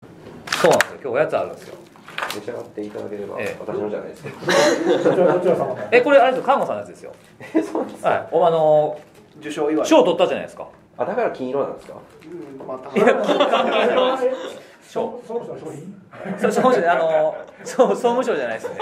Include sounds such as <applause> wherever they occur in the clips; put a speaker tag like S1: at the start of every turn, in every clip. S1: そうなんですよ今日おやつあるんですよ
S2: 召し上がっていただければ、
S1: ええ
S2: 私のじゃないですけど
S3: こちらこちら様の
S1: えこれあれですよ看護さんのやつですよ
S2: えそうなんです
S1: はいおあの
S4: 受賞祝い。
S1: 賞取ったじゃないですか
S2: あだから金色なんですか
S4: うんまた。
S3: そその人の商品
S1: そう総務省あのそう総務省じゃないですね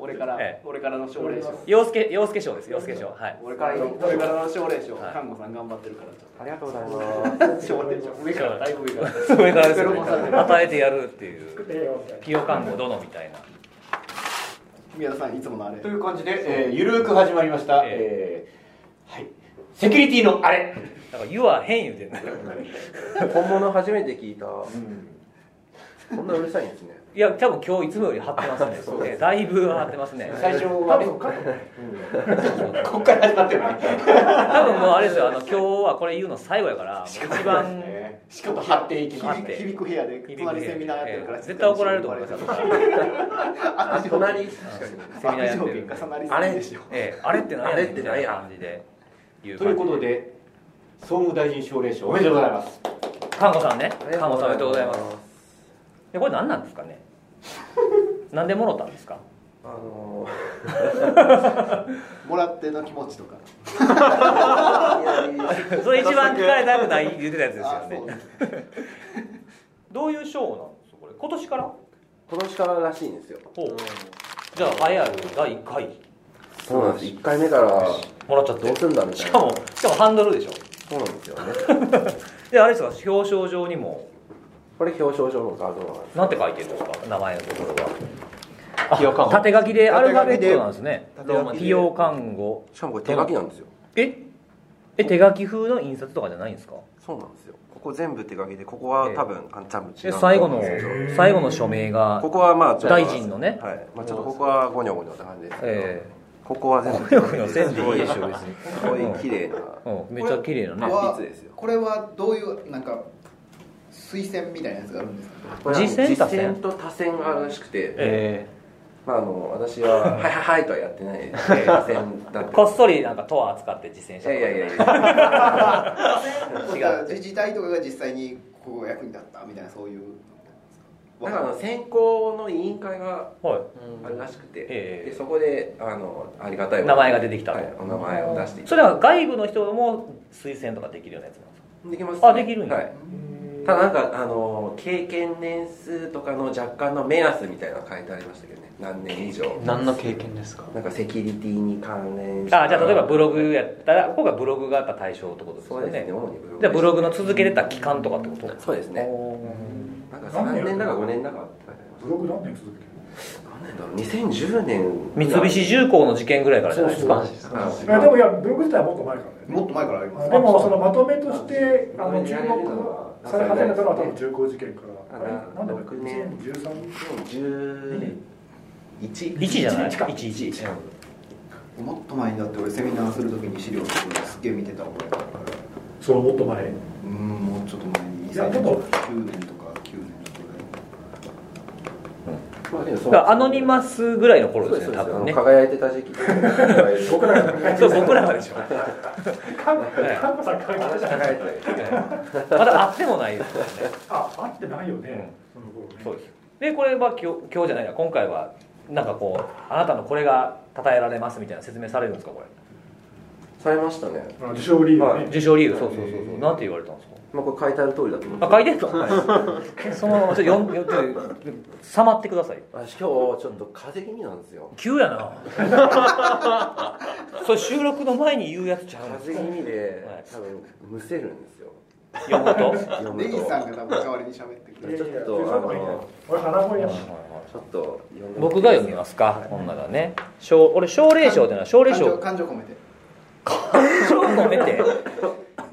S4: 俺から
S1: ええ、
S4: 俺からの奨励賞。
S1: 洋介洋介賞です洋介賞はい
S4: 俺からの、俺からの奨励賞。
S1: はい
S4: 看護さん頑張ってるからちょっ
S2: ありがとうございます
S4: と。奨励賞。上から、だいぶ上から。
S1: 上からですよ
S4: 上から
S1: ね与えてやるっていう
S3: 栄養みたいな
S1: ピオ看護殿みたいな
S4: 宮田さん、いつものあれ
S5: と。いう感じで、えーゆるーく始まりました、えーはい、セキュリティのあれ、
S1: なんか「湯は変言うてんの
S2: 本物初めて聞いたこんなうるさいんですね
S1: いや多分今日いつもより張ってますねねだいぶ張ってますね
S5: 最初
S3: 多
S5: はね、
S3: 分カット
S5: ここから始まってるね、
S1: 多分もうあれですよあの今日はこれ言うの最後やから一番
S5: しかも貼っていきま
S1: 待
S5: す
S1: っ。て
S4: 響く部屋で、隣セミナーやってるから。
S1: ええ絶対怒られると思いますよ
S4: あ
S2: 隣確かに
S1: セミナーや
S4: 悪
S1: ってる
S4: 条件重なり
S1: あれ
S4: すぎでしょ
S1: ええあれって何や
S2: あれって
S1: みた
S2: 何
S1: い
S2: や
S1: な感じで言
S5: ということ
S1: で
S5: で、総務大臣奨励賞、おめでとうございます。
S1: 看護さんね看護さんおめでとうございますえこれ何なんですか <laughs> ねなんでもろたんですか
S2: あの
S4: もらっての気持ちとか。
S1: それ一番聞かれたくない言ってたやつです
S4: あ
S1: よ
S4: そう
S1: ねどういう賞なんですかこれ今年からほ
S2: 今年かららしいんですよ
S1: うじゃあ栄えある第1回
S2: そうなんです1回目から
S1: もらっちゃって
S2: どうすんだみたい
S1: し
S2: な
S1: かもしかもハンドルでしょ
S2: そうなんですよね
S1: であれですか表彰状にも
S2: これ表彰状の画像なんです
S1: なんて書いてるんですか名前のところは
S5: 企業看護
S1: 縦書きでアルファベットなんですね
S2: 縦
S1: どう
S2: 書
S1: も
S2: きで
S1: 企業看護
S2: しかもこれ手書きなんですよ
S1: ええ手書き風の印刷とかじゃないんですか
S2: そうなんですよここ全部手書きでここは多分あの多分違
S1: で
S2: う
S1: 最後の最後の署名が
S2: ここはまあちょっと
S1: 大臣のね
S2: はいまあちょっとここはゴニョゴニョって感じですけど、
S1: え
S2: ここは全部
S1: えよくの線でいいでしょ別に
S2: すごい綺麗な
S1: うん、めっちゃ綺麗なね
S2: あ筆ですよ
S6: これはどういうなんか推薦みたいなやつがあるんですか
S1: 次戦多戦
S2: 次と多戦があるらしくて、
S1: え
S2: まああの私は「はいはいはい」とはやってないで多戦だっ
S1: え
S2: て
S1: こっそりなんかトア扱って実践し
S2: い
S1: た
S2: や
S1: と
S2: い
S1: か
S2: やいやいや
S1: 違う
S6: 自治体とかが実際にこう役に立ったみたいなそういう
S2: なんかあの選考の委員会が
S1: はい
S2: あるらしくて、
S1: ええ
S2: でそこであのありがたい
S1: 名前が出てきた
S2: はい、お名前を出していた
S1: それは外部の人も推薦とかできるようなやつなんですか
S2: できます、
S1: あできるんや
S2: はいただなんかあの経験年数とかの若干の目安みたいなの書いてありましたけどね何年以上
S5: 何の経験ですか
S2: なんかセキュリティに関連し
S1: あじゃあ例えばブロ
S2: グ
S1: グやったらここがブログがやっぱ対象ってことです
S2: そ
S1: よ
S2: うで
S1: ね
S2: すね主にブログ
S1: じゃあブログの続けてた期間とかってこと
S2: そうですね
S1: お
S2: なんか3年だか5年だかって書いてありま
S3: ブログ何年続けてる
S2: した何年だろう2010年
S1: ー三菱重工の事件ぐらいからじゃないですか
S5: マジです
S2: あ
S3: いやでもいやブログ自体はもっと前からだよね
S6: もっと前からあります
S3: でもそのまとめとしてあの注
S2: やれるのは
S3: 目され始めたのは多分重工事件から
S2: あ
S3: あれなんだっ
S2: 六
S3: け
S2: 年
S3: 2013年
S2: 2011
S1: 1じゃない
S3: 一か
S1: 11
S6: もっと前にだって俺セミナーするときに資料とかすっげえ見てた覚えがあるから
S3: そのもっと前
S6: うんもうちょっと前に
S3: いやでも
S6: 2009年とか9年とか
S2: まあでもそ
S1: だ
S2: う
S1: からアノニマスぐらいの頃
S2: そう
S1: で
S2: ですす
S1: ね
S2: そ
S1: 多
S2: うですあ
S1: 分
S2: の
S1: ね
S2: 輝いてた時期
S3: 僕らが考えて
S1: そう僕らはでしょ
S3: カンコさん関係
S2: 私
S3: 者
S2: 輝いてたよ
S1: まだ会ってもないですよね
S3: あ会ってないよねその頃ね
S1: そうですでこれは今日今日じゃないや今回はなんかこうあなたのこれが称えられますみたいな説明されるんですかこれ
S2: されましたね
S3: あ受賞理由
S2: は
S3: ね
S1: 受賞理由そうそうそうそうなんて言われたんですか
S2: まあこれ書いてある通りだと思う
S1: あ書いてるの、はい、そのままちょっと読ん読んちょっとさまってください
S2: 私今日ちょっと風邪気味なんですよ
S1: 急やなそれ収録の前に言うやつちゃうんです
S2: 風邪気味で
S1: はい
S2: 多分むせるんですよ
S1: 読むと
S2: 読む
S6: レイ
S2: と
S6: さんが多分代わりに喋ってく
S3: いや
S6: れる
S3: いや
S2: ちょっとあの
S3: そういうの俺鼻声やし
S2: ちょっと読んで
S1: 僕が読みますか、こんながね奨俺奨励賞っていうのは奨励
S6: 感情
S1: 賞
S6: 感情込めて
S1: 賞を込めて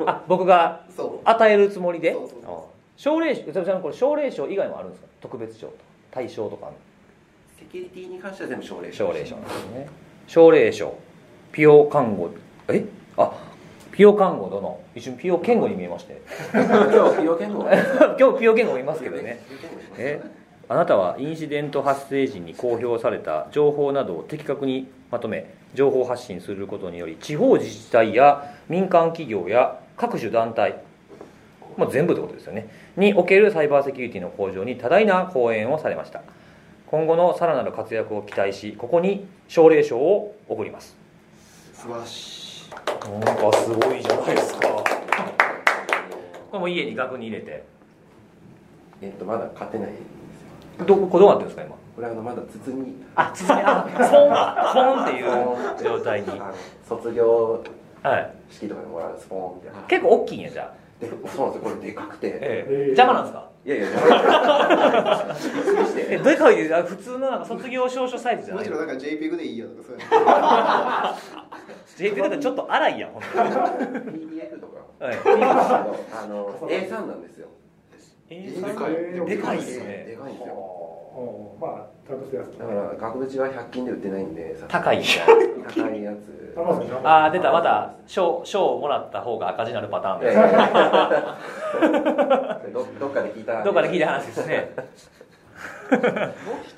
S1: あ僕が
S6: そ
S1: 与えるつもりで
S6: そうそうそう
S1: 奨励賞宇多部さんこれ奨励賞以外もあるんですか特別賞と大賞とかある
S2: セキュリティに関しては全部奨励
S1: 奨励賞なんですね奨励賞ピオ看護えあピオ看護殿一瞬ピオ健吾に見えま <laughs> して
S2: 今日要件も
S1: 今日ピオ健吾いますけどねえあなたはインシデント発生時に公表された情報などを的確にまとめ情報発信することにより地方自治体や民間企業や各種団体、まあ、全部ってことですよねにおけるサイバーセキュリティの向上に多大な講演をされました今後のさらなる活躍を期待しここに奨励賞を送ります
S6: 素晴らしい
S1: なんかすごいじゃないですかこれも家に額に入れて
S2: えっとまだ買ってないんですよ
S1: どこどうなってるんですか今
S2: これあのまだ包み
S1: あ包みあポンポンっていう状態に
S2: あの卒業
S1: はい
S2: 式とかでもらうスポーンみたいな
S1: 結構大きいんやじゃあ、
S2: でそうなんですよこれでかくて
S1: ええ
S3: ええ
S1: 邪魔なんですか
S2: いやいやじゃあびっくりし
S1: え
S2: て
S1: どういう顔言うあ普通のなんか卒業証書サイズじゃ
S6: む
S1: ない
S6: しろなんか JPEG でいいよとかそういうの
S1: JP だとちょっと荒いやんほんとに
S2: PDF とか
S1: はい
S2: あの A3 なんですよ
S1: A3
S3: で
S1: でかいっ
S3: です
S1: ね
S2: でかいんですよ
S3: まあちゃんとしたやつ
S2: だから額縁は100均で売ってないんでさ
S1: 高い
S2: 高いやつ
S3: アマゾンにあんま
S1: ああ出たまた賞賞をもらった方が赤字になるパターン
S2: いやい
S1: で
S2: やどどっかで聞いた
S1: どっかで聞いた話ですね
S7: <laughs> もう一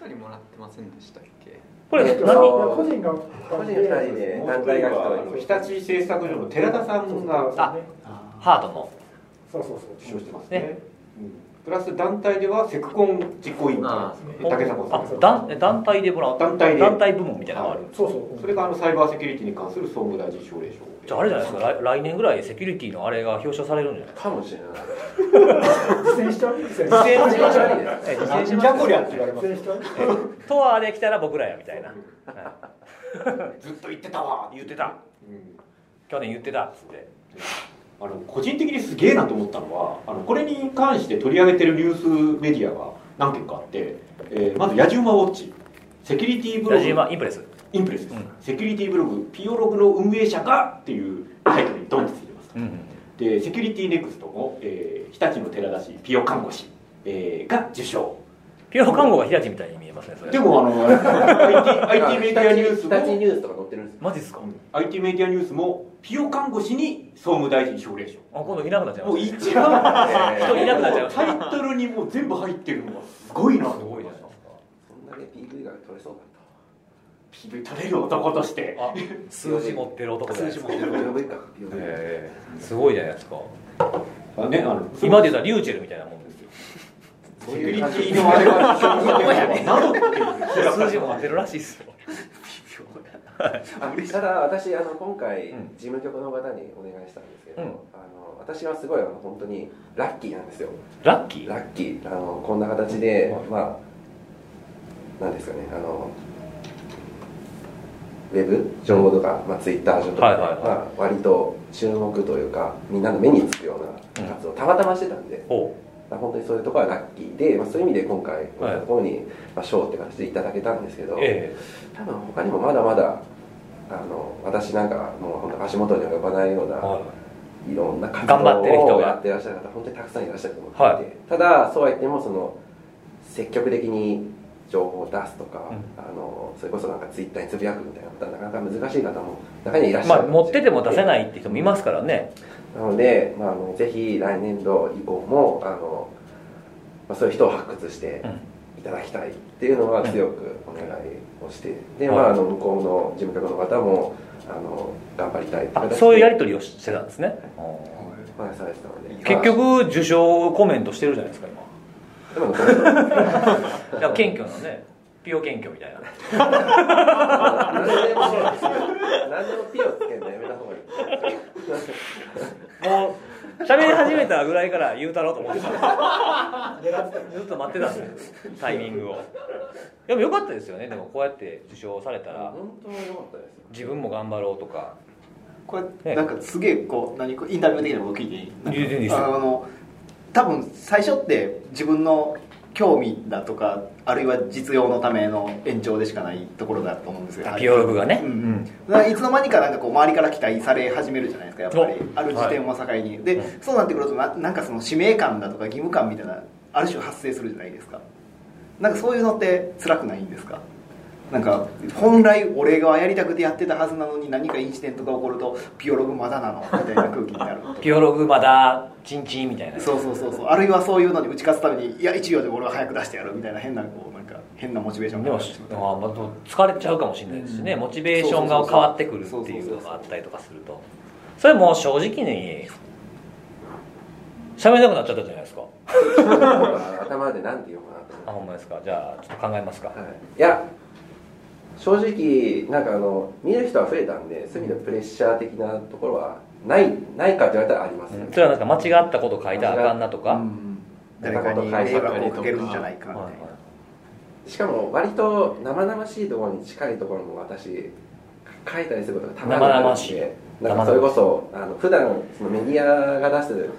S7: 人もらってませんでしたっけ
S1: これ
S2: えっ
S1: 何
S2: と
S1: 人
S3: 個人が
S2: 個人二人で団体が一人
S5: 日立製作所の寺田さんが
S1: あハートの
S3: そうそう
S5: 受
S3: そう
S5: 賞してますねうんプラス団体ではセクコン実行委員会ですね
S1: あ
S5: 竹迫さ
S1: あ
S5: ん
S1: 団え団体でもらう
S5: 団体で
S1: 団体部門みたいなのがある、
S3: そうそう
S5: それがあのサイバーセキュリティに関する総務大臣奨励賞
S1: じゃああれじゃないですか来来年ぐらいセキュリティのあれが表彰されるんじゃない
S2: かもしれない
S1: 自
S3: 自転しちゃう自転
S1: 転
S2: 車に
S1: え自転
S5: なん
S1: 車
S5: じゃこりゃって言われます
S3: しちゃう
S1: トアで来たら僕らやみたいな
S5: ずっと言ってたわ
S1: 言ってた
S5: うん
S1: 去年言ってたっつって
S5: あの個人的にすげえなと思ったのはあのこれに関して取り上げてるニュースメディアが何件かあって、えーまず「やじ馬ウォッチ」セキュリティブロ
S1: ラジー
S5: グ
S1: マインプレス
S5: インプレスです、
S1: うん
S5: セキュリティブログピオログの運営者がっていうタイトルにドンとついてます
S1: うん
S5: でセキュリティネクストの、えー、日立の寺田氏ピオ看護師、えーが受賞
S1: ピアノ看護が日立みたいに見えますねそれ
S5: でもあの IT, IT メディアニュース
S2: 日立
S5: も
S2: ニュースとか載ってるんですよ
S1: マジっすか、
S5: うん IT メディアニュースもピオ看護師に総務大臣奨励賞
S1: あ今度いなくなっちゃいま
S5: もう
S1: し
S5: 一番
S1: 人いなくなっちゃいました
S5: タイトルにもう全部入ってるのがすごいなと思いました
S2: そんだけ PV が取れそうだった
S5: ピビ垂れる男として
S1: たあ数字持ってる男じゃないですかええすごいじゃないですか
S5: あねあの
S1: 今で言うたらリューチェルみたいなもんですよ
S5: セキュリティのあれが非常に良いのかなどっていう
S1: 数字も持ってるらしいっすよ
S2: あただ私あの今回
S1: うん
S2: 事務局の方にお願いしたんですけど、
S1: うん
S2: あの私はすごいあの本当にラッキーなんですよ
S1: ラッキー
S2: ラッキーあのこんな形で、
S1: はい
S2: まあなんですかねあのウェブ情報とか、まあ、ツイッター上とかで、
S1: はいはいはい
S2: まあ、割と注目というかみんなの目につくような活動をたまたましてたんで、
S1: おう
S2: まあ本当にそういうところはラッキーで、まあ、そういう意味で今回こうい
S1: は
S2: う
S1: い
S2: ところに、まあ、賞って形でいただけたんですけど、
S1: え
S2: 多分他にもまだまだあの私なんかもう本当足元には及ばないような、
S1: え
S2: い、ろんな活
S1: 頑張ってる
S2: 動
S1: 人
S2: を
S1: が
S2: やってらっしゃる方本当にたくさんいらっしゃると思っていて、
S1: はい
S2: ただそうは言ってもその積極的に情報を出すとか、
S1: うん
S2: あのそれこそなんかツイッターにつぶやくみたいなことはなかなか難しい方も中にはいらっしゃ
S1: まあ
S2: る
S1: 持ってても出せ
S2: い
S1: ないって人もいますからね
S2: なので、まあ、あのぜひ来年度以降もあの、まあ、そういう人を発掘して
S1: うん
S2: いただきたいっていうのは強くお願いをして、で、
S1: はい
S2: まあ、あの向こうの事務局の方もあの頑張りたいって
S1: あ
S2: 形で
S1: そういうやり取りをしてたんですね
S2: まあされてたので
S1: 結局受賞コメントしてるじゃないですか今
S2: まあでもそれ
S1: だから謙虚なねピオ謙虚みたいな
S2: 何でも何でもピをつけるのやめた方がいい
S1: もう喋り始めたぐらいから言うたろうと思ってたずっと待ってたんですよタイミングをでも良かったですよねでもこうやって受賞されたら
S2: 本当に良かったですよ
S1: 自分も頑張ろうとか
S6: こ
S1: ええ
S6: れなんかすげえこう何こうインタビュー的なこと聞いていいなんか
S1: いいです
S6: あ
S1: よ
S6: の多分最初って自分の興味だとかあるいは実用のための延長でしかないところだと思うんですよ
S1: あピオログがね
S6: うんうんだからいつの間にかなんかこう周りから期待され始めるじゃないですかやっぱり
S1: そう
S6: ある時点を境に、で、
S1: う
S6: そうなってくるとななんかその使命感だとか義務感みたいなある種発生するじゃないですかなんかそういうのって辛くないんですかなんか本来俺がやりたくてやってたはずなのに何かインシデントが起こるとピオログまだなのみたいな空気になる
S1: ピオログまだチンチンみたいな
S6: そうそうそうそうあるいはそういうのに打ち勝つためにいや1秒でも俺は早く出してやるみたいな変なこうなんか変なモチベーション
S1: で
S6: が
S1: も
S6: 上がってしまう
S1: あまあでも疲れちゃうかもしれないですしね、
S6: うん
S1: モチベーションが変わってくるっていうのがあったりとかするとそれもう正直に喋れなくなっちゃったじゃないですか
S2: 頭でなんて言おうかなと思って
S1: あほんまですかじゃあちょっと考えますか、
S2: はい、いや正直なんかあの見る人は増えたんでそういう意味でプレッシャー的なところはないないかって言われたらあります
S1: う
S2: ね
S1: ん、それはなんか間違ったこと書いたらあかんなとか、
S6: うん誰かに迷惑をかけるんじゃないかみたい
S1: はい
S6: な
S2: しかも割と生々しいところに近いところも私書いたりすることがたまにあ
S1: 生
S2: るんで
S1: 々しい
S2: なんかそれこそあの普段そのメディアが出す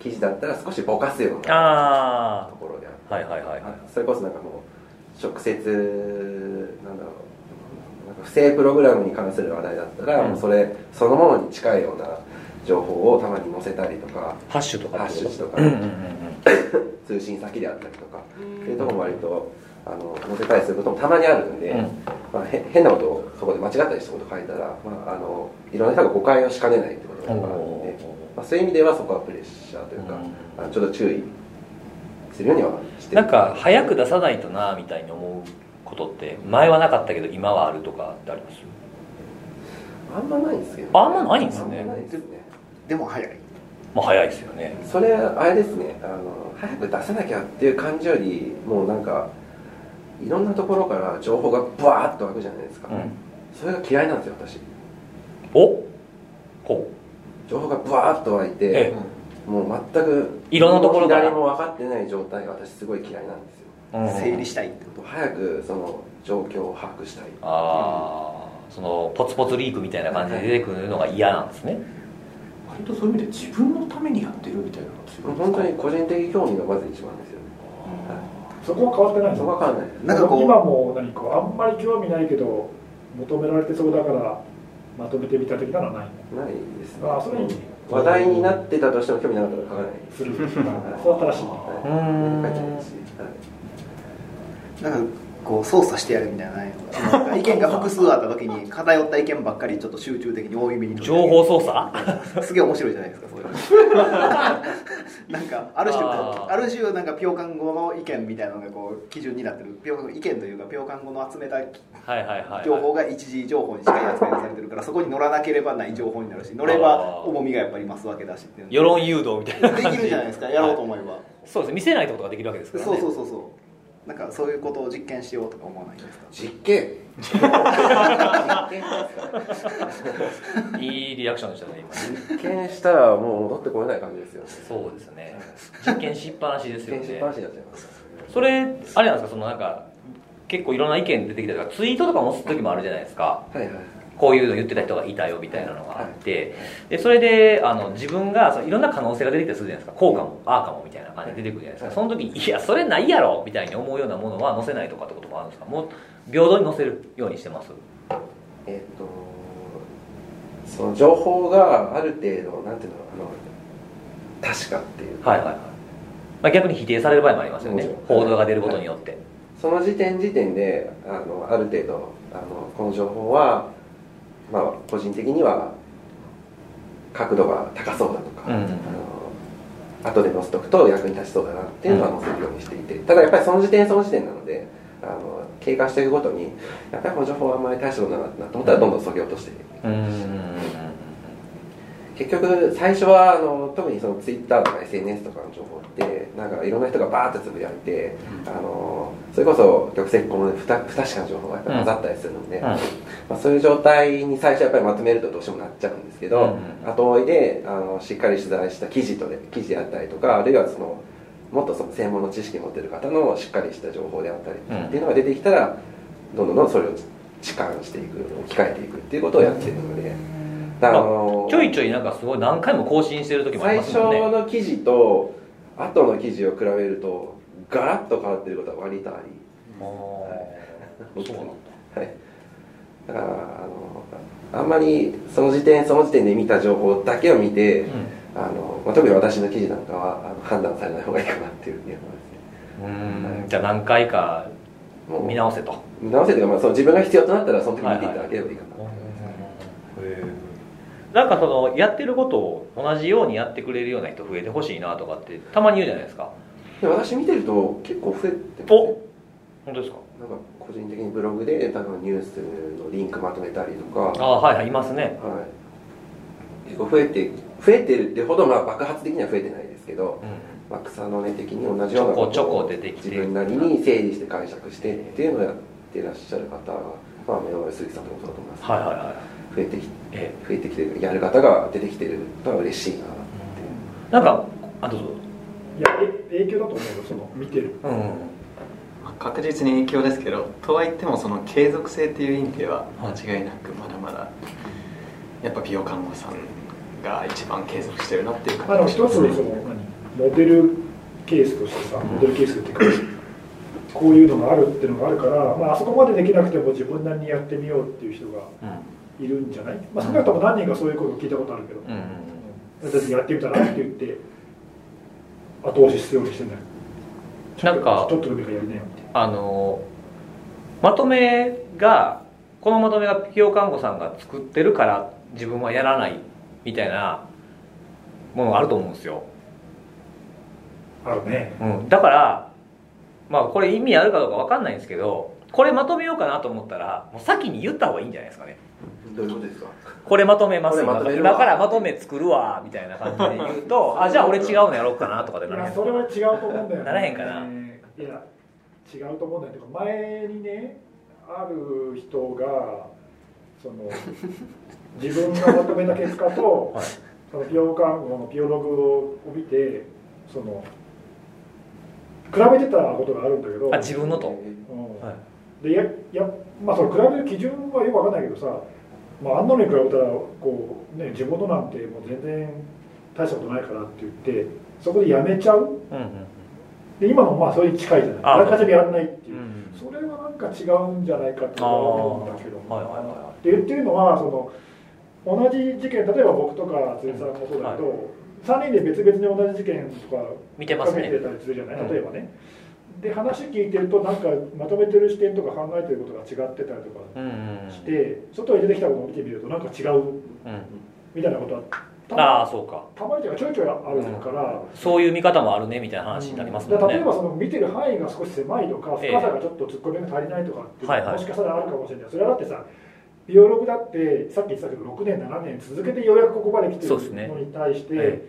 S2: 記事だったら少しぼかすような
S1: あ
S2: ところである
S1: あはいはいはいはい
S2: それこそなんかもう直接なんだろうなんか不正プログラムに関する話題だったら、
S1: うん
S2: もうそれそのものに近いような情報をたまに載せたりとか
S1: ハッシュとか
S2: ハッ
S1: って
S2: シ
S1: こ
S2: ュとか、
S1: うんうんうんうん
S2: 通信先であったりとかっていうところも割とあの載せたりすることもたまにあるんで、
S1: うん
S2: まあ、へ変なことをそこで間違ったりしたこと書いたら、まあ、あのいろんな人が誤解をしかねないってことがあるんで、まあ、そういう意味ではそこはプレッシャーというか、
S1: う
S2: あのちょっと注意するようにはしてる
S1: なんか早く出さないとなみたいに思うことって前はなかったけど今はあるとかってあります
S2: あんまないんですけど、
S1: あんまないんですね
S2: あんまないですね
S6: でも早い
S1: まあ早いですよね
S2: それあれですねあの早く出さなきゃっていう感じよりもうなんかいろんなところから情報がブワーッと湧くじゃないですか、
S1: うん
S2: それが嫌いなんですよ私
S1: おこう
S2: 情報がブワーッと湧いて、
S1: え
S2: もう全く
S1: いろんなところから
S2: 誰も分かってない状態が私すごい嫌いなんですよ
S1: え、うん
S6: 整理したいってこ
S2: もう早くその状況を把握したい
S1: ああそのポツポツリークみたいな感じで出てくるのが嫌なんですね
S5: 割とそういう意味で自分のためにやってるみたいなのが強いんですか
S2: 本当に個人的興味がまず一番ですよね
S3: そこは変わってないです
S2: そこは分かんないです
S6: なんかこう
S3: 今も何かあんまり興味ないけど求められてそうだからまとめてみた的なのはない
S2: ないですね
S3: ああそれいいね
S2: 話題になってたとしても興味なかったら書かない
S3: す
S2: <laughs>
S3: るそう新しい
S2: はい
S1: うん
S2: 書いてないしはい
S6: となんかこう操作してやるみたいなないのかな意見が複数あった時に偏った意見ばっかりちょっと集中的に多い目に取り
S1: 情
S6: 上げ
S1: 報操
S6: <laughs>
S1: 作
S6: すげえ面白いじゃないですかそれ <laughs> なんかある種
S1: あー
S6: ある種なんか共感語の意見みたいなのがこう基準になってる共感意見というか共感語の集めた
S1: はいはいはい、はい、
S6: 情報が一時情報にしか扱いされてるからそこに乗らなければない情報になるし乗れば
S1: あー
S6: 重みがやっぱり増すわけだしっていう
S1: 世論誘導みたいな
S6: できるじゃないですかやろうと思えば、
S1: そうですね見せないってことができるわけですからね
S6: そうそうそうそうなんかそういうことを実験しようとか思わない
S1: <laughs>
S6: ですか
S2: 実験実験ですか
S1: いいリアクションでしたね今
S2: 実験したらもう戻ってこれない感じですよね
S1: そうですね実験しっぱなしです
S2: 実
S1: よね
S2: 験しっぱなしになっちゃいます
S1: それあれなんですかそのなんか結構いろんな意見出てきたりとかツイートとかもす時もあるじゃないですか
S2: はいはい
S1: こういうの言ってた人がいたよみたいなのがあって、でそれであの自分がそのいろんな可能性が出てきたりするじゃないですかこうかもああかもみたいな感じで出てくるじゃないですかその時にいやそれないやろみたいに思うようなものは載せないとかってこともあるんですかもう平等に載せるようにしてます
S2: えっ、とその情報がある程度なんていうのあの確かっていう
S1: はいはいはい、まあ、逆に否定される場合もありますよ
S2: も
S1: ね
S2: ちろん
S1: 報道が出ることによって、
S2: その時点時点であのある程度あのこの情報は、まあ、個人的には角度が高そうだとか、
S1: うん
S2: あの後で載せとくと役に立ちそうだなっていうのは載せるようにしていて、ただやっぱりその時点その時点なのであの経過していくごとにやっぱりこの情報はあんまり大したことだなと思ったらどんどん削ぎ落としていく
S1: うーん
S2: 結局最初はあの特にそのツイッターとか SNS とかの情報ってなんかいろんな人がバーってつぶやいて、あのそれこそ玉石この不た不確かな情報がやっぱり混ざったりするので、
S1: うん
S2: まあ、そういう状態に最初やっぱりまとめるとどうしてもなっちゃうんですけど、
S1: うん
S2: 後追いであのしっかり取材した記事とで記事であったりとかあるいはそのもっとその専門の知識を持ってる方のしっかりした情報であったり
S1: うん
S2: っていうのが出てきたらどんどんどんどんそれを置換していく控えていくっていうことをやっているので。だからあの
S1: ちょいちょいなんかすごい何回も更新してる時もあり
S2: 最
S1: ます
S2: 初
S1: もんね
S2: の記事と後の記事を比べるとガラッと変わってることは割とあり
S1: あーそうなんだ
S2: はいだからあのあんまりその時点その時点で見た情報だけを見て、あのまあ、特に私の記事なんかはあの判断されない方がいいかなっていうふうに思いますね
S1: うんじゃあ何回か
S2: もう
S1: 見直せと
S2: 見直せというか、まあ、その自分が必要となったらその時見ていただければいいかなと、
S1: なんかそのやってることを同じようにやってくれるような人増えてほしいなとかってたまに言うじゃないですか
S2: で私見てると結構増えてますね
S1: お本当ですか
S2: なんか個人的にブログで多分ニュースのリンクまとめたりとか
S1: ああはいはいいますね
S2: はい、結構増えて増えてるってほどまあ爆発的には増えてないですけど、
S1: うん
S2: まあ、草の根的に同じような
S1: ちょこちょこ
S2: と
S1: 出てきて
S2: 自分なりに整理して解釈してっていうのをやってらっしゃる方が、まあ、目の前の杉さんもそうだと思います、
S1: はいはいはい
S2: 増えてき
S1: え
S2: 増えてきてるやる方が出てきてるのは嬉しいな
S1: えなんかあどうぞ
S3: いやえ影響だと思うよその見てる
S1: うん
S7: まあ確実に影響ですけどとはいってもその継続性っていう意味では間違いなくまだまだやっぱ美容看護師さんが一番継続してるなっていう
S3: あの
S7: 感
S3: 一
S7: じ
S3: つのその何モデルケースとしてさモデルケースっていうかこういうのがあるっていうのがあるから、まああそこまでできなくても自分なりにやってみようっていう人がいるんじゃない、まあ、少なくとも何人かそういうことを聞いたことあるけど、
S1: うんうん
S3: 私やってみたらって言って後押しするようにしてんだよ
S1: なんか
S3: ちょっと海がやりなよみたい
S1: あのまとめがこのまとめが企業看護さんが作ってるから自分はやらないみたいなものがあると思うんですよ、
S3: なあるね
S1: うん、だからまあこれ意味あるかどうかわかんないんですけどこれまとめようかなと思ったらもう先に言った方がいいんじゃないですかね
S2: どういうことですか
S1: これまとめます
S2: これ
S1: 今
S2: まとめるわ
S1: だからまとめ作るわみたいな感じで言う
S3: <laughs>
S1: とあじゃあ俺違うのやろうかなとかで
S3: い
S1: ならへ
S3: や
S1: ん
S3: それは違うと思うんだよ、ね、
S1: ならへんかない
S3: や違うと思うんだよてか前にねある人がそ
S1: <laughs>
S3: の自分がまとめた結果と、
S1: はい
S3: そのピオ看護のピオログを見てその比べてたことがあるんだけど
S1: あ自分のと、
S3: うん
S1: は
S3: でややまあその比べる基準はよくわかんないけどさ、まあ、あんなのに比べたらこう、ね、地元なんてもう全然大したことないからって言ってそこでやめちゃう
S1: うんうん
S3: で今のまあそれに近いじゃない
S1: あ
S3: あらかじめやらないって
S1: う
S3: い
S1: んう
S3: う、
S1: ん
S3: それはなんか違うんじゃないかって思うんだけど
S1: あーはいはいはいはい
S3: で言ってるのはその同じ事件例えば僕とか辻さんもそうだけど、3人で別々に同じ事件とか
S1: 見てますね
S3: 追っかけてたりするじゃない、
S1: うん
S3: 例えばねで話聞いてるとなんかまとめてる視点とか考えてることが違ってたりとか
S1: うんうん
S3: して、外に出てきたことを見てみるとなんか違う
S1: うん
S3: みたいなことはたま
S1: ああそうか
S3: たまにというかちょいちょいあるから、
S1: そういう見方もあるねみたいな話になります
S3: だ
S1: も
S3: か
S1: ん
S3: ら
S1: ね、
S3: 例えばその見てる範囲が少し狭いとか
S1: ええ
S3: 深さがちょっと突っ込みが足りないとかっていうの
S1: はいは
S3: はいもしかしたらあるかもしれないそれはだってさビオログだってさっき言ってたけど6年7年続けてようやくここまで来て
S1: そうですね
S3: るのに対して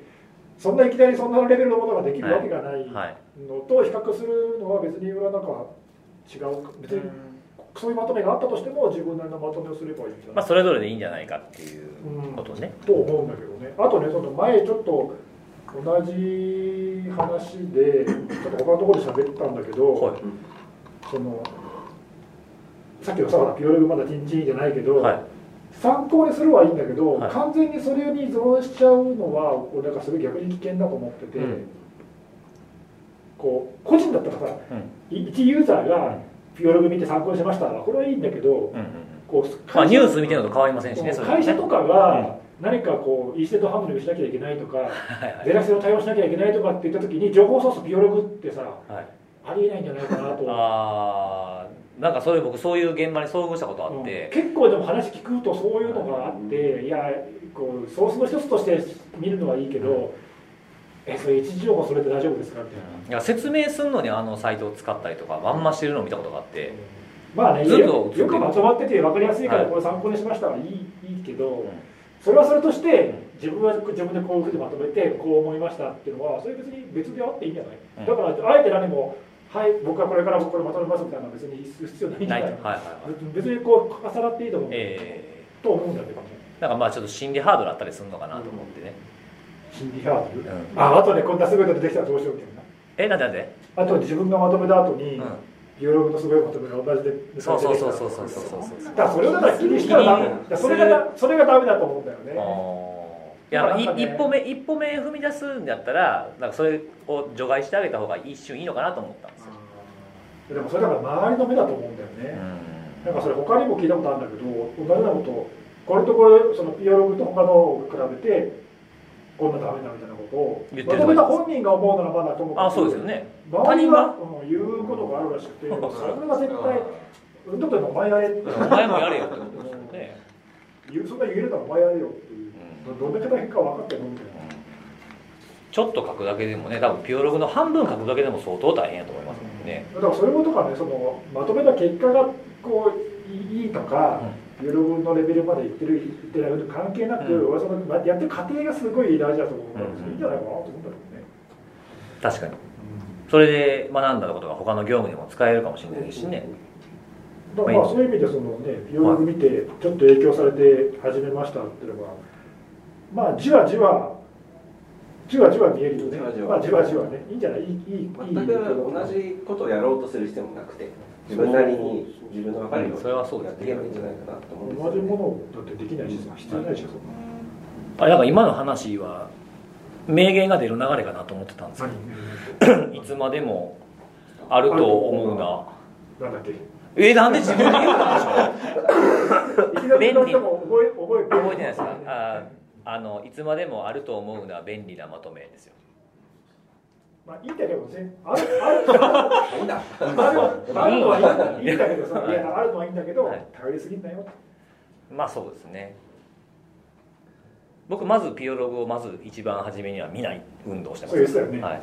S3: そ,、
S1: え
S3: んないきなりそんなレベルのものができるわけがない
S1: はい、
S3: のと比較するのは別に裏なんか違う別にそういうまとめがあったとしても自分なりのまとめをすればいいんじゃ
S1: ま
S3: な
S1: あ、
S3: い
S1: それぞれでいいんじゃないかっていう
S3: うん
S1: ことね、
S3: と思うんだけどねあとねその前ちょっと同じ話でちょっと他のところで喋ったんだけど、
S1: はい
S3: そのさっきのさほらピオログまだチンチンじゃないけど、
S1: はい
S3: 参考にするはいいんだけど、
S1: はい
S3: 完全にそれに依存しちゃうのは俺なんかすごい逆に危険だと思ってて、
S1: うん
S3: こう個人だったらさ、い一ユーザーがピオログ見て参考にしましたらこれはいいんだけど
S1: うんうん
S3: こう
S1: まあ、
S3: 会社
S1: ニュース見てるのと変わりませんしね
S3: そ
S1: そ
S3: の
S1: れはね
S3: 会社とかが何かこうイーステッドハムリングしなきゃいけないとか <laughs>
S1: はいはい
S3: ゼラチンの対応しなきゃいけないとかって言った時に情報ソースピオログってさ、
S1: はい
S3: ありえないんじゃないかなと
S1: あーなんかそういう僕そういう現場に遭遇したことあって、
S3: うん結構でも話聞くとそういうのがあって、いやこうソースの一つとして見るのはいいけど、えそれ一時情報それで大丈夫ですかみたいな、
S1: いや説明するのにあのサイトを使ったりとかまんましてるのを見たことがあって、
S3: まあね
S1: ずっと
S3: よ
S1: ずっ
S3: よ
S1: と
S3: くまとまってて分かりやすいから
S1: はい
S3: これ参考にしましたはいい,、い、いけど、それはそれとして自分は自分でこういうふうにまとめてこう思いましたっていうのはそれ別に別であっていいんじゃない、
S1: うん
S3: だからあえて何も「はい僕はこれからこれまとめます」みたいなのは別に必要ないんじゃ
S1: な
S3: ないい
S1: とはいはいはい
S3: 別にこう重なっていいと思う、
S1: え
S3: と思うんだけどね
S1: ー、なんかまあちょっと心理ハードルあったりするのかなと思ってね、
S3: 心理ハードル、
S1: うん
S3: ああとねこんなすごいことできたらどうしようみたいな
S1: えなんでなんで、
S3: あと自分がまとめた後に、
S1: う
S3: ビオログのすごいまとめが同じで
S1: ん、そうそうそうそうそうそうそうそう
S3: だからそれをだから気にしたらダメだからそれがだそれがダメだと思うんだよね
S1: いや
S3: なんか
S1: い
S3: ね
S1: 一歩目一歩目踏み出すんだったらなんかそれを除外してあげた方が一瞬いいのかなと思ったんですよ、
S3: でもそれだから周りの目だと思うんだよね、なんかそれ他にも聞いたことあるんだけど同じようなことこれとこれそのビオログと他のを比べてこんなダメだみたいなことを
S1: 言って
S3: ま
S1: る
S3: とめた本人が思うならまだともかく
S1: あそうですよね
S3: 周りが
S1: 他
S3: うん言うことがあるらしく
S1: <laughs>
S3: てそれが絶対
S7: う
S3: うんどこでもお前やれって
S1: お前もやれよってことですよね、
S3: 言うそんな言えるならお前やれよっていう
S1: うん
S3: どどんだけ大変か分かってるのみたいな
S1: ちょっと書くだけでもね多分ピオログの半分書くだけでも相当大変やと思いますもんね、
S3: だからそれもとかねそのまとめた結果がこういいいとか、ブログのレベルまでいってるいってない関係なく、
S1: うん
S3: 俺はそのやってる過程がすごい大事だと思うから、
S1: うん
S3: それいいんじゃないかなと思うんだけどね
S1: 確かにそれで学んだことが他の業務にも使えるかもしれないしね、
S3: だからまあそういう意味でそのねいろいろ見てちょっと影響されて始めましたっていうのはまあじわじわじわじわ見えるよね
S2: じわじわ
S3: まあ、じわじわねいいんじゃないいいいいいい
S2: 全く同じことをやろうとする必要もなくて自分なりに自分の分かるよ
S1: うんそれはそうう
S2: に
S1: だ
S2: や
S1: ね
S2: っていけばいいんじゃないかなと思うんです
S3: 同
S2: よ
S3: じ
S2: ね、
S3: ものだってできないしさ必要ないしさそんな
S1: あれなんか今の話は名言が出る流れかなと思ってたんですけ
S3: <laughs>
S1: どいつまでもあると思うな
S3: なんだっけ
S1: えなんで自分で言ったんでしょう
S3: いきなり言われても覚え覚えて
S1: 覚えてないですかああのいつまでもあると思うのは便利なまとめですよ
S3: まあいいんだけどねあるあるあるあるのはいいいいんだけどさいやあるのはいいんだけど
S1: はい
S3: 頼りすぎんなよ
S1: まあそうですね僕まずピオログをまず一番初めには見ない運動をしてます
S3: そうですよね
S1: はい、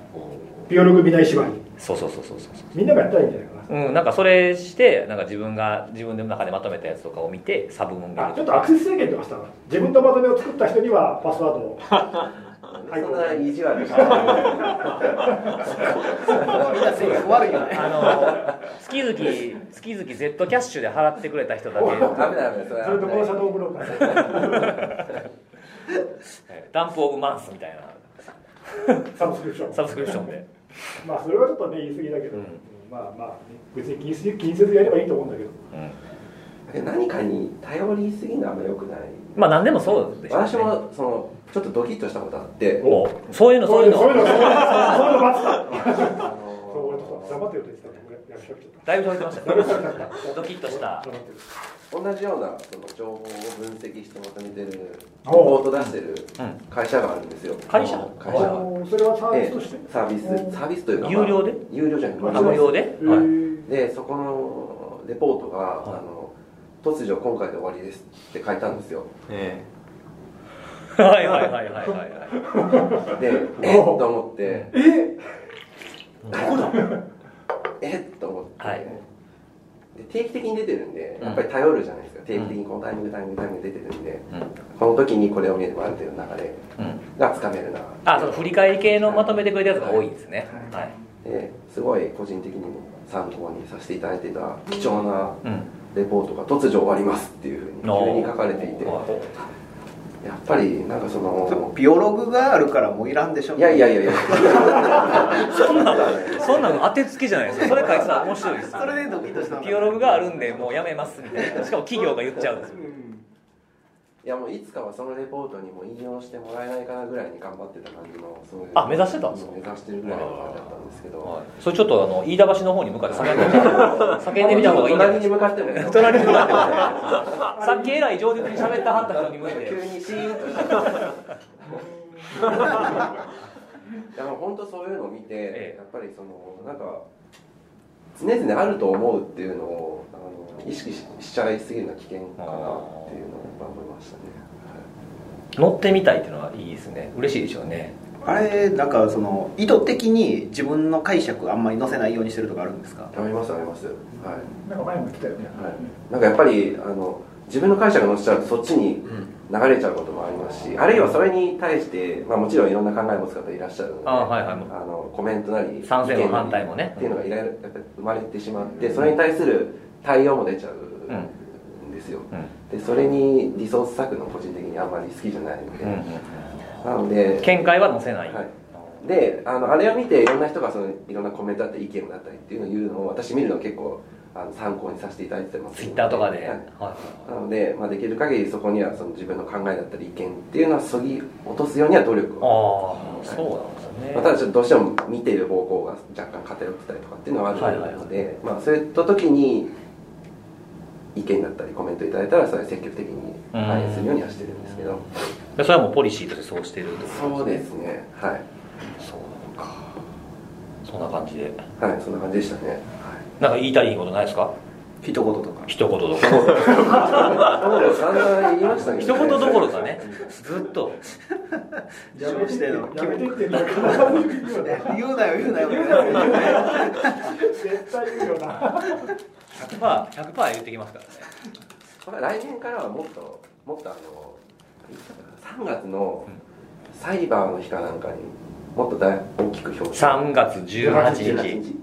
S3: ビオログ見ない芝居
S1: そうそうそうそうそうそう
S3: みんながやったらいいんじゃないかな
S1: うん、なんかそれしてなんか自分が自分の中でまとめたやつとかを見てサブも見る
S3: あちょっとアクセス制限とかしたら自分のまとめを作った人にはパスワードをはい
S2: そんな意地悪
S3: <laughs>
S2: な
S6: みんな性格悪いよね
S1: あの月々月々 Z キャッシュで払ってくれた人だけ
S2: 危ない危ないそれ
S3: それとこのシャドーブローカー
S1: えダンプ・オブ・マンスみたいな
S3: サブスクリプション
S1: サブスクリプションで
S3: まあそれはちょっとね言い過ぎだけど、
S1: うん
S3: まあまあ、ね、別に気にせず気にせずやればいいと思うんだけど
S1: うん
S2: 何かに頼りすぎるのはあんま良くない
S1: まあ何でもそうでしょうね
S2: 私もそのちょっとドキッとしたことあって
S1: おそういうのそういう
S3: そういうの
S1: の
S3: そういうのそういうの待ってた
S2: あ
S3: そう俺
S2: の
S3: とさ黙ってよって言ってたの俺役職ちゃった
S1: だいぶ食べてました <laughs> ドキッとした
S3: 黙ってる
S2: 同じようなその情報を分析してまとめてるレ
S3: お
S2: ポート出してる
S1: うん
S2: 会社があるんですよ
S1: 会社
S2: 会社が
S3: おーそれはサービ
S2: え
S3: スとして
S2: えサービスサービスというかまあ
S1: 有料で
S2: 有料じゃなくて
S1: 無料で、
S3: えー
S1: はい
S2: でそこのレポートが、
S1: い
S2: あの突如今回で終わりですって書いたんですよ
S7: え
S1: はいはいはいはいはいはい
S2: でえっと思ってえここだえっと思って、
S1: はい
S2: で定期的に出てるんで
S1: うん
S2: やっぱり頼るじゃないですか、定期的にこのタイミングタイミングタイミング出てるんで、
S1: うん
S2: この時にこれを見ればある程度の流れ
S1: うん
S2: がつかめるな
S1: あその振り返り系のまとめてくれたやつが多いですね
S3: は
S1: はい、
S2: ですごい個人的にも参考にさせていただいてた貴重な
S1: うん
S2: レポートが突如終わりますっていうふうに急に書かれていてや
S1: はい
S2: っぱりなんかその
S6: ビオログがあるからもういらんでしょ
S2: いやいやいやいや
S1: そんなのそんなの当てつけじゃないですかそれ書いてたら面白いですよ
S6: それでドキッとしたの
S1: ピオログがあるんでもうやめますみたい <laughs> なしかも企業が言っちゃうんですよ
S2: いやもういつかはそのレポートにも引用してもらえないかなぐらいに頑張ってた感じのそういう
S1: あ目指してたんですか
S2: 目指してるぐらいの感じだったんですけど
S1: それちょっとあの飯田橋の方に向かって叫んでみた叫んでみた方がいいんじゃないで <laughs> すか
S2: 隣に向かってもね
S1: 隣に向かってさっきえらい上手に喋ったはった人に向いて
S2: 急にシーンとしていやもう本当そういうのを見て、
S1: ええ
S2: やっぱりそのなんか常々あると思うっていうのをあの意識ししちゃいすぎるのは危険かなっていうのをやっぱ思いましたね、
S1: 乗ってみたいっていうのはいいですね嬉しいでしょうね
S6: あれなんかその意図的に自分の解釈あんまり載せないようにしてるとかあるんですか
S2: はい、やめますやめますはい、
S3: なんか前も来たよね、
S2: はい、なんかやっぱりあの自分の解釈が載せちゃうとそっちに流れちゃうこともありますし、あるいはそれに対して、まあ、もちろんいろんな考えを持つ方いらっしゃるので
S1: あはいはいもう
S2: あのコメントなり
S1: 賛成も
S2: 意見なり
S1: 反対もね
S2: っていうのがいろいろやっぱり生まれてしまってそれに対する対応も出ちゃうんですよ、でそれにリソース割くの個人的にあんまり好きじゃないので、
S1: うんうん
S2: なので
S1: 見解は載せない、
S2: はいであのあれを見ていろんな人がそのいろんなコメントだったり意見だったりっていうのを言うのを私見るのを結構あの参考にさせていただいてます
S1: ツイッターとかで、
S2: はい
S1: は
S2: なので、まあ、できる限りそこにはその自分の考えだったり意見っていうのはそぎ落とすようには努力
S1: い
S2: を、
S1: ああそうなんですね、
S2: まあ、ただちょっとどうしても見ている方向が若干偏ってたりとかっていうのはあるので、まあ、そういった時に意見だったりコメントいただいたらそれ積極的に反映するようにはしてるんですけど
S1: でそれはもうポリシーとしてそうしてると
S2: そうですねはい、
S1: そうなのかそんな感じで
S2: はい、そんな感じでしたね、
S1: なんか言いたいことないですか
S6: 一言とか
S1: 一言どころ
S2: はい、散々言いましたけ
S1: 一
S2: ど、
S1: 言どころかねずっと
S3: やめてって
S6: や
S3: やめてってみんな必ず言うよね
S6: 言うなよ言うな
S3: <laughs>
S6: よ
S3: 絶対言うよな
S1: 100%100% 言ってきますからね
S2: まあ来年からはもっともっとあのいつだったかな3月のサイバーの日かなんかにもっと大大きく表彰
S1: 3月18日
S4: 日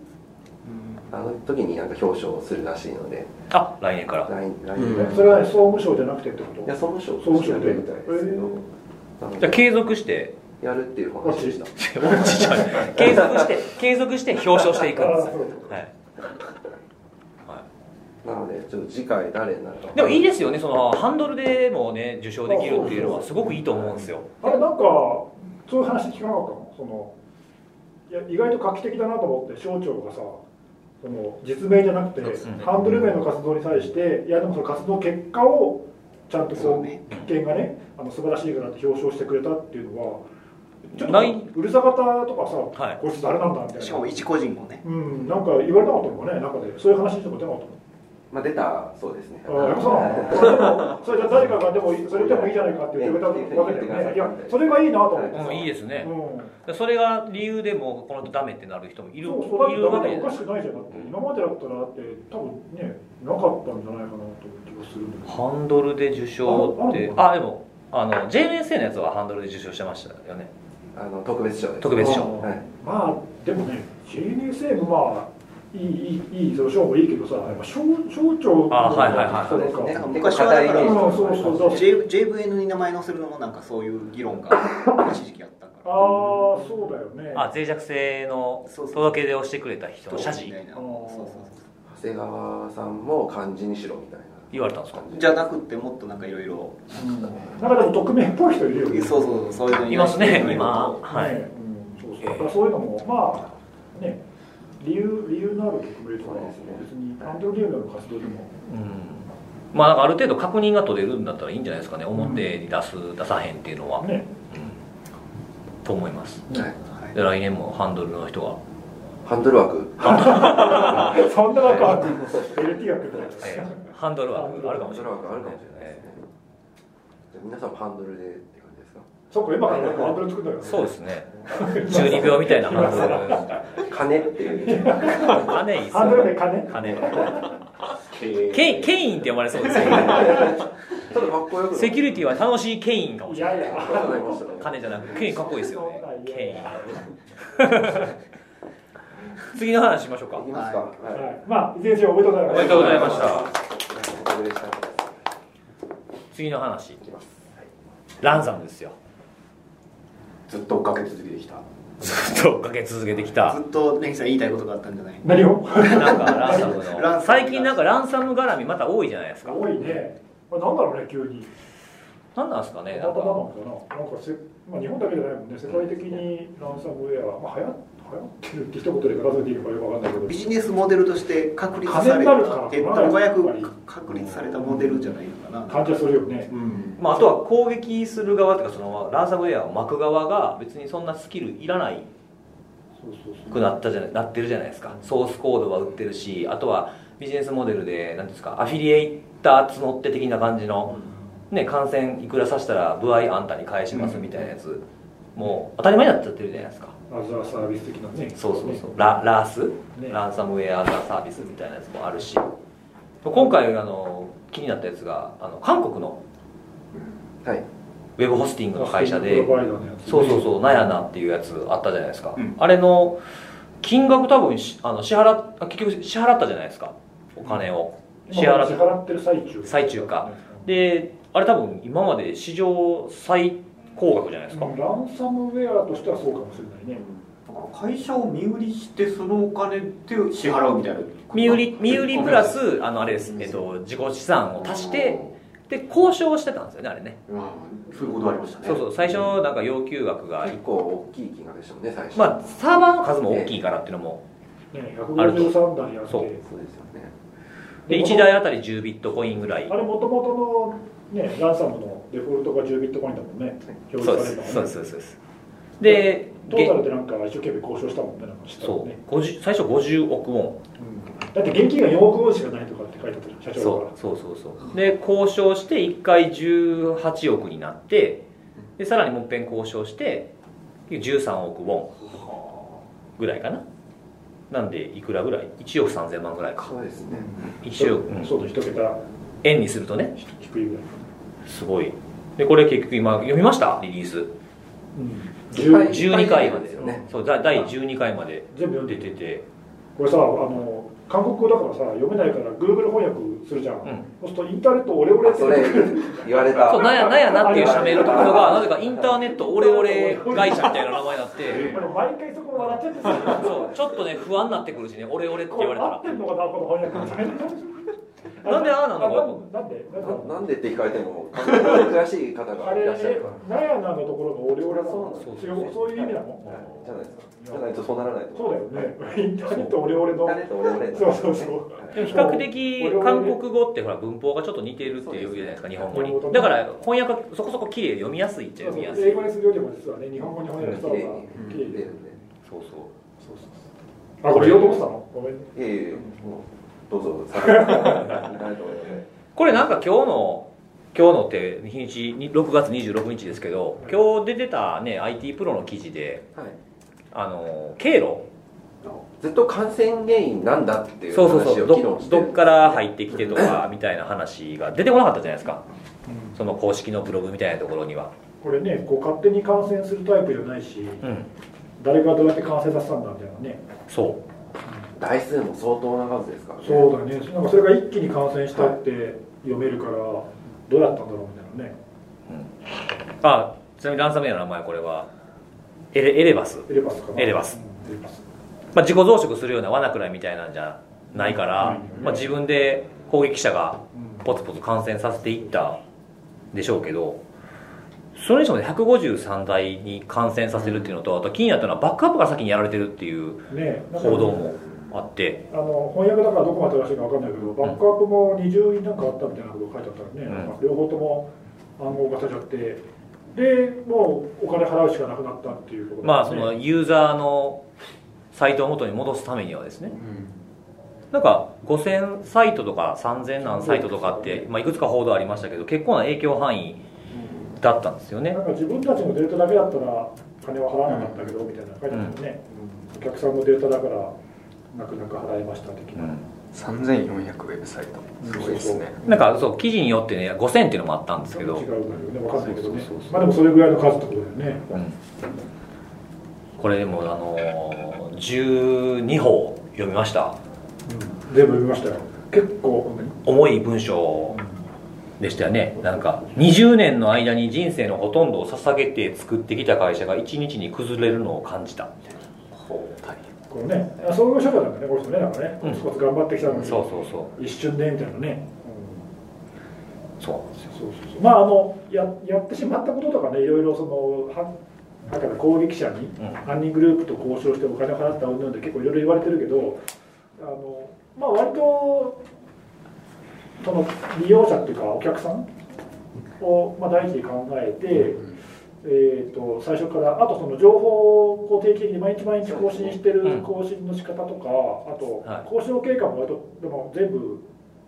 S2: あの時になんか表彰するらしいので
S1: あ来年から
S2: 来来年ぐらい、
S7: うん
S3: それはね総務省じゃなくてってこと
S2: いや総務省
S3: 総務省
S2: 調べるみたいですけど、なの
S1: じゃ
S2: で
S1: あ継続して
S2: やるっていうお話でした
S1: 落ちちゃう継続して継続して表彰していくんです
S3: あそう
S1: はいは
S2: なのでちょっと次回誰になるか
S1: い、でもいいですよねそのハンドルでもね受賞できるっていうのはすごくいいと思うんですよ
S3: あれなんかそういう話聞かなかったのそのいや意外と画期的だなと思って省庁がさその実名じゃなくて、
S7: そうですね
S3: ハンドル名の活動に対していやでもその活動結果をちゃんと
S6: そ
S3: こ
S6: う
S3: う
S6: ね
S3: 実験がねあの素晴らしいからって表彰してくれたっていうのはちょっと
S1: ない
S3: ウルサ型とかさ、
S1: はい
S3: こいつ誰なんだみたいな
S6: しかも一個人もね
S3: うんなんか言われなかったのかね中でそういう話しても出なかったの
S2: まあ出たそうですね
S3: あやっぱそうなのそれでもそれじゃ誰かがでもそれでもいいじゃないかって言ってくれたわけだよねいやそれがいいなと思ってさ、
S1: うんいいですね
S3: うん
S1: それが理由でもうこの人ダメってなる人もいる
S3: そうそうだっ
S1: い
S3: て
S1: るわ
S3: だ
S1: けじ
S3: か
S1: ゃない
S3: らおかしくないじゃんだって今までだったらだって多分ねなかったんじゃないかなという気がするんだけど
S1: ハンドルで受賞って
S3: あ
S1: あでもあの JNSA のやつはハンドルで受賞してましたよね
S2: あの特別賞です
S1: 特別賞
S2: はい
S3: まあでもね JNSA もまあいいいいいいその賞もいいけどさやっぱ省省庁
S1: あはいはいはい
S2: そうですね
S6: なんか
S2: 結
S6: 昔
S2: 構
S6: は
S2: 課
S6: だ
S2: 題
S6: か
S2: イ
S6: ら
S2: メージ
S3: うんそうそうそう
S6: J- JVN に名前載せるのもなんかそういう議論が一時期あったか
S3: あ
S6: ら
S3: あそうだよね
S1: あ脆弱性の
S6: そうそう
S1: 届け出をしてくれた人
S6: ど
S1: の
S6: う
S1: 写
S6: み
S1: 真
S6: たいな
S3: あー
S6: そうそうそう
S2: 長谷川さんも漢字にしろみたいな
S1: 言われたんですか
S6: じゃなくてもっとなんかいろいろ
S3: なんかでも匿名っぽい人いるよね
S6: そうそうそうそういうのに
S1: いますね
S6: いろいろ
S1: 今
S6: と
S1: はい、
S3: ねうん、そうそうだからそういうのもまあね理由理由のある特例とか
S2: そうですね
S3: 別にアンドリューの活動でも
S1: うんまあなんかある程度確認が取れるんだったらいいんじゃないですかね表に出す出さへんっていうのは、
S3: ね
S1: うんと思います
S2: はい
S6: はい
S1: で来年もハンドルの人が
S2: ハンドル枠
S3: そんな枠は LT 枠みたいな
S1: えーハンドルはあるかもしれない
S2: ハンドル枠あるかもしれないですねじゃあ皆さんもハンドルでって感じですか
S3: そうか今からなんかアンドリュー作ったよね
S1: そうですね中二病みたいなハンド
S2: 金っていう
S1: ル金いいっす
S3: ハンドル
S1: ね
S3: で金
S1: 金
S5: えー
S1: ケイケインって呼ばれそうですよね
S2: ちょっとかっこよく
S1: セキュリティは楽しいケインかも
S3: い
S1: しれな
S3: や
S1: い
S3: いや
S2: なりましたね
S1: 金じゃなくてケインかっこいいですよねケ <laughs> イン次の話しましょうか
S2: いきますかはい
S3: はいまあいずれにせよおめでとうございま
S1: おめ
S3: す
S1: でとうございました
S2: お疲れ様でした
S1: 次の話ランサムですよ
S5: ずっと追っかけ続けてきた
S1: ずっと追っかけ続けてきた
S6: ずっとレンキさん言いたいことがあったんじゃない
S3: 何を
S1: なんかランサム
S6: ランサ
S1: の
S6: ム
S1: 最近なんかランサム絡みまた多いじゃないですか
S3: 多いねこれなんだろうね急に
S1: なんなんですか
S3: ま
S1: ね
S3: た
S1: なん
S3: なんかな
S1: か
S3: なんかせ、まあ、日本だけじゃないもんね世界的にランサムウェア、まあ、流行流行ってるって一言で片付けていいのかよくわかんないけど
S6: ビジネスモデルとして確立さ
S3: 金
S6: れ
S3: に
S6: た
S3: なるから
S6: 手っ取り早く確立されたモデルじゃないのかな
S3: 感じはするよね
S5: うん
S1: まあ、あとは攻撃する側というかそのランサムウェアを巻く側が別にそんなスキルいらない
S3: そうそうそう
S1: くなったじゃななってるじゃないですかソースコードは売ってるしあとはビジネスモデルで何ですかアフィリエイター募って的な感じの、ね、感染いくらさしたら部合あんたに返しますみたいなやつもう当たり前になっちゃってるじゃないですか
S3: アザーサービス的なね
S1: そうそうそう
S3: ね
S1: ララース、
S3: ね
S1: ランサムウェアザサービスみたいなやつもあるし今回あの気になったやつがあの韓国の
S2: はい
S1: ウェブホスティングの会社で
S3: プロバイダーのやつね
S1: そうそうそうナヤナっていうやつあったじゃないですか、
S6: うん
S1: あれの金額多分しあの支払っあ結局支払ったじゃないですかお金を
S3: 今
S1: 支払っ
S3: 支
S1: た
S3: 払ってる最中
S1: 最中かであれ多分今まで史上最高額じゃないですか、
S3: うんランサムウェアとしてはそうかもしれないね
S5: だから会社を身売りしてそのお金で支払うみたいな
S1: 身売り身売りプラスあのあれです、えっと、自己資産を足してで交渉してたんですよねあれね
S5: うんそういうことありましたね
S1: そうそう最初なんか要求額が
S2: 結構大きい金額でしたもんね最初
S1: まあサーバーの数も大きいからっていうのも
S3: ね
S1: あると
S3: 153台やって
S1: そう
S2: そうですよね
S1: で1台あたり10ビットコインぐらい
S3: あれもともとのねランサムのデフォルトが10ビットコインだもんね表
S1: そうで
S3: 示されたもん
S1: す
S3: ね
S1: そうですそうですそうですで
S3: トータルでなんか一生懸命交渉したもんねなんかしたも
S1: そ
S3: んね
S1: う50最初50億ウォン
S3: うんだって現金が4億ウォンしかないとかって書いてあったじゃん社長
S1: そ
S3: か
S1: うそうそうそうで交渉して1回18億になってでさらにもっぺん交渉して13億ウォンぐらいかななんでいくらぐらい1億3000万ぐらいか
S2: そうですね
S1: 1億、う
S3: ら
S1: ん
S3: そうと一桁
S1: 円にするとね
S3: 低いぐらい
S1: すごいでこれ結局今読みましたリリース
S3: うん
S2: いっぱい
S1: 12回まで
S2: いっぱい出てるんですよね
S1: そうだ第12回まで
S3: 全部読ん
S1: 出
S3: で
S1: てて、
S3: これさあの韓国語だからさ読めないから Google 翻訳するじゃ
S1: う
S3: ん、
S1: ん
S3: そうするとインターネットオレオレっ
S2: あ
S3: て
S2: それ言われた
S1: そうなんやなんやなっていう社名のところがなぜかインターネットオレオレ会社みたいな名 <laughs> 前になって
S3: これ毎回そこ笑っちゃってさ
S1: そうちょっとね不安になってくるしねオレオレって
S3: こ
S1: 言わ
S3: れ
S1: れ
S3: 合
S1: た
S3: ってんのかなこの翻訳みたいな
S1: なんでああなの
S3: なんでなんでなんで
S2: ななんでって聞かれても韓国語で詳しい方
S3: あ
S2: がい
S3: れ
S2: らっしゃるから
S3: ナヤナのところのオレオレなの
S2: そう
S1: なんです
S3: そういうそういう意味なの、
S2: はいじゃないですかじゃないとそうならないと
S3: そうだよねインターネットオレオレの
S2: 誰と俺俺
S3: そうそうそう
S1: らでも比較的韓国語ってほら文法がちょっと似てるっていうじゃないですか日本語にだから翻訳はそこそこ綺麗で読みやすいっちゃ
S3: そうそう
S1: 読みやすい
S3: 英語にするよりも実はね日本語に翻訳した方が綺麗
S2: 出
S3: で
S2: るんで
S1: そうそう
S3: そうそうそうあこれ言おうと思ってたのごめ
S2: い
S3: ん
S2: えいえもうどうぞさあ誰と俺俺
S1: これなんか今日の今日のって日にちに6月26日ですけど今日出てたね IT プロの記事で
S2: はい
S1: あの経路
S2: ずっと感染原因なんだっていう
S1: そうそう
S2: 話
S1: そう
S2: を
S1: ど
S2: 議論して
S1: どっから入ってきてとかみたいな話が出てこなかったじゃないですかその公式のブログみたいなところには、
S3: これねこう勝手に感染するタイプじゃないし
S1: うん、
S3: 誰がどうやって完成させたんだみたいなね
S1: そ
S2: 台数も相当な数ですからね
S3: そうだねなんかそれが一気に感染したって読めるからどうやったんだろうみたいなね
S1: うあちなみにランサムウェアの名前これはエレエレバス、
S3: エレバスかな
S1: エレバス、
S3: うんエレバス
S1: まあ、自己増殖するような罠くらいみたいなんじゃないから、まあ、自分で攻撃者が
S3: うん
S1: ポツポツ感染させていったでしょうけどそれにしてもね153台に感染させるっていうのとあと気になったのはバックアップが先にやられてるっていう
S3: ねなんか
S1: 報道もあって
S3: あの翻訳だからどこまで正しいか分かんないけどバックアップも二重になんかあったみたいなことが書いてあったらね、
S1: うん
S3: なんか両方とも暗号がされちゃってでもうお金払うしかなくなったっていうこと
S1: まあ
S3: だ
S1: そ
S3: ね
S1: のユーザーのサイトを元に戻すためにはですねなんか5000サイトとか3000何サイトとかって、まあ、いくつか報道ありましたけど結構な影響範囲だったんですよね
S3: なんか自分たちのデータだけだったら金は払わなかったけどみたいな書いてあったよね、お客さんのデータだからなくなく払いました的な、
S7: 3400ウェブサイトすごいですね
S1: なんかそう記事によってね5000っていうのもあったんですけ
S3: 違
S1: ど
S3: うん、だけどね分かんないけどね
S1: そうそうそう
S3: まあでもそれぐらいの数ってことだよね
S1: うんこれでもあのー、12報読みました
S3: 全部読みましたよ結構
S1: 重い文章でしたよねなんか20年の間に人生のほとんどを捧げて作ってきた会社が1日に崩れるのを感じたみたいな
S3: このねあ総合社会なんだねこの人ねなんかね
S1: うん
S3: コツコツ頑張ってきたのに、
S1: そうそうそ
S3: 一瞬でみたいなね、
S1: うそうなんですよ
S3: そうそうそうまああのややってしまったこととかねいろいろそのはだから攻撃者に
S1: うん
S3: 犯人グループと交渉してお金を払った女で結構いろいろ言われてるけどあのまあ割とその利用者っていうかお客さんを、まあ、第一に考えて、えー、と最初からあとその情報をこう定期的に毎日毎日更新して
S1: うん
S3: る更新の仕方とか、あと
S1: はい
S3: 交渉経過も割とでも全部、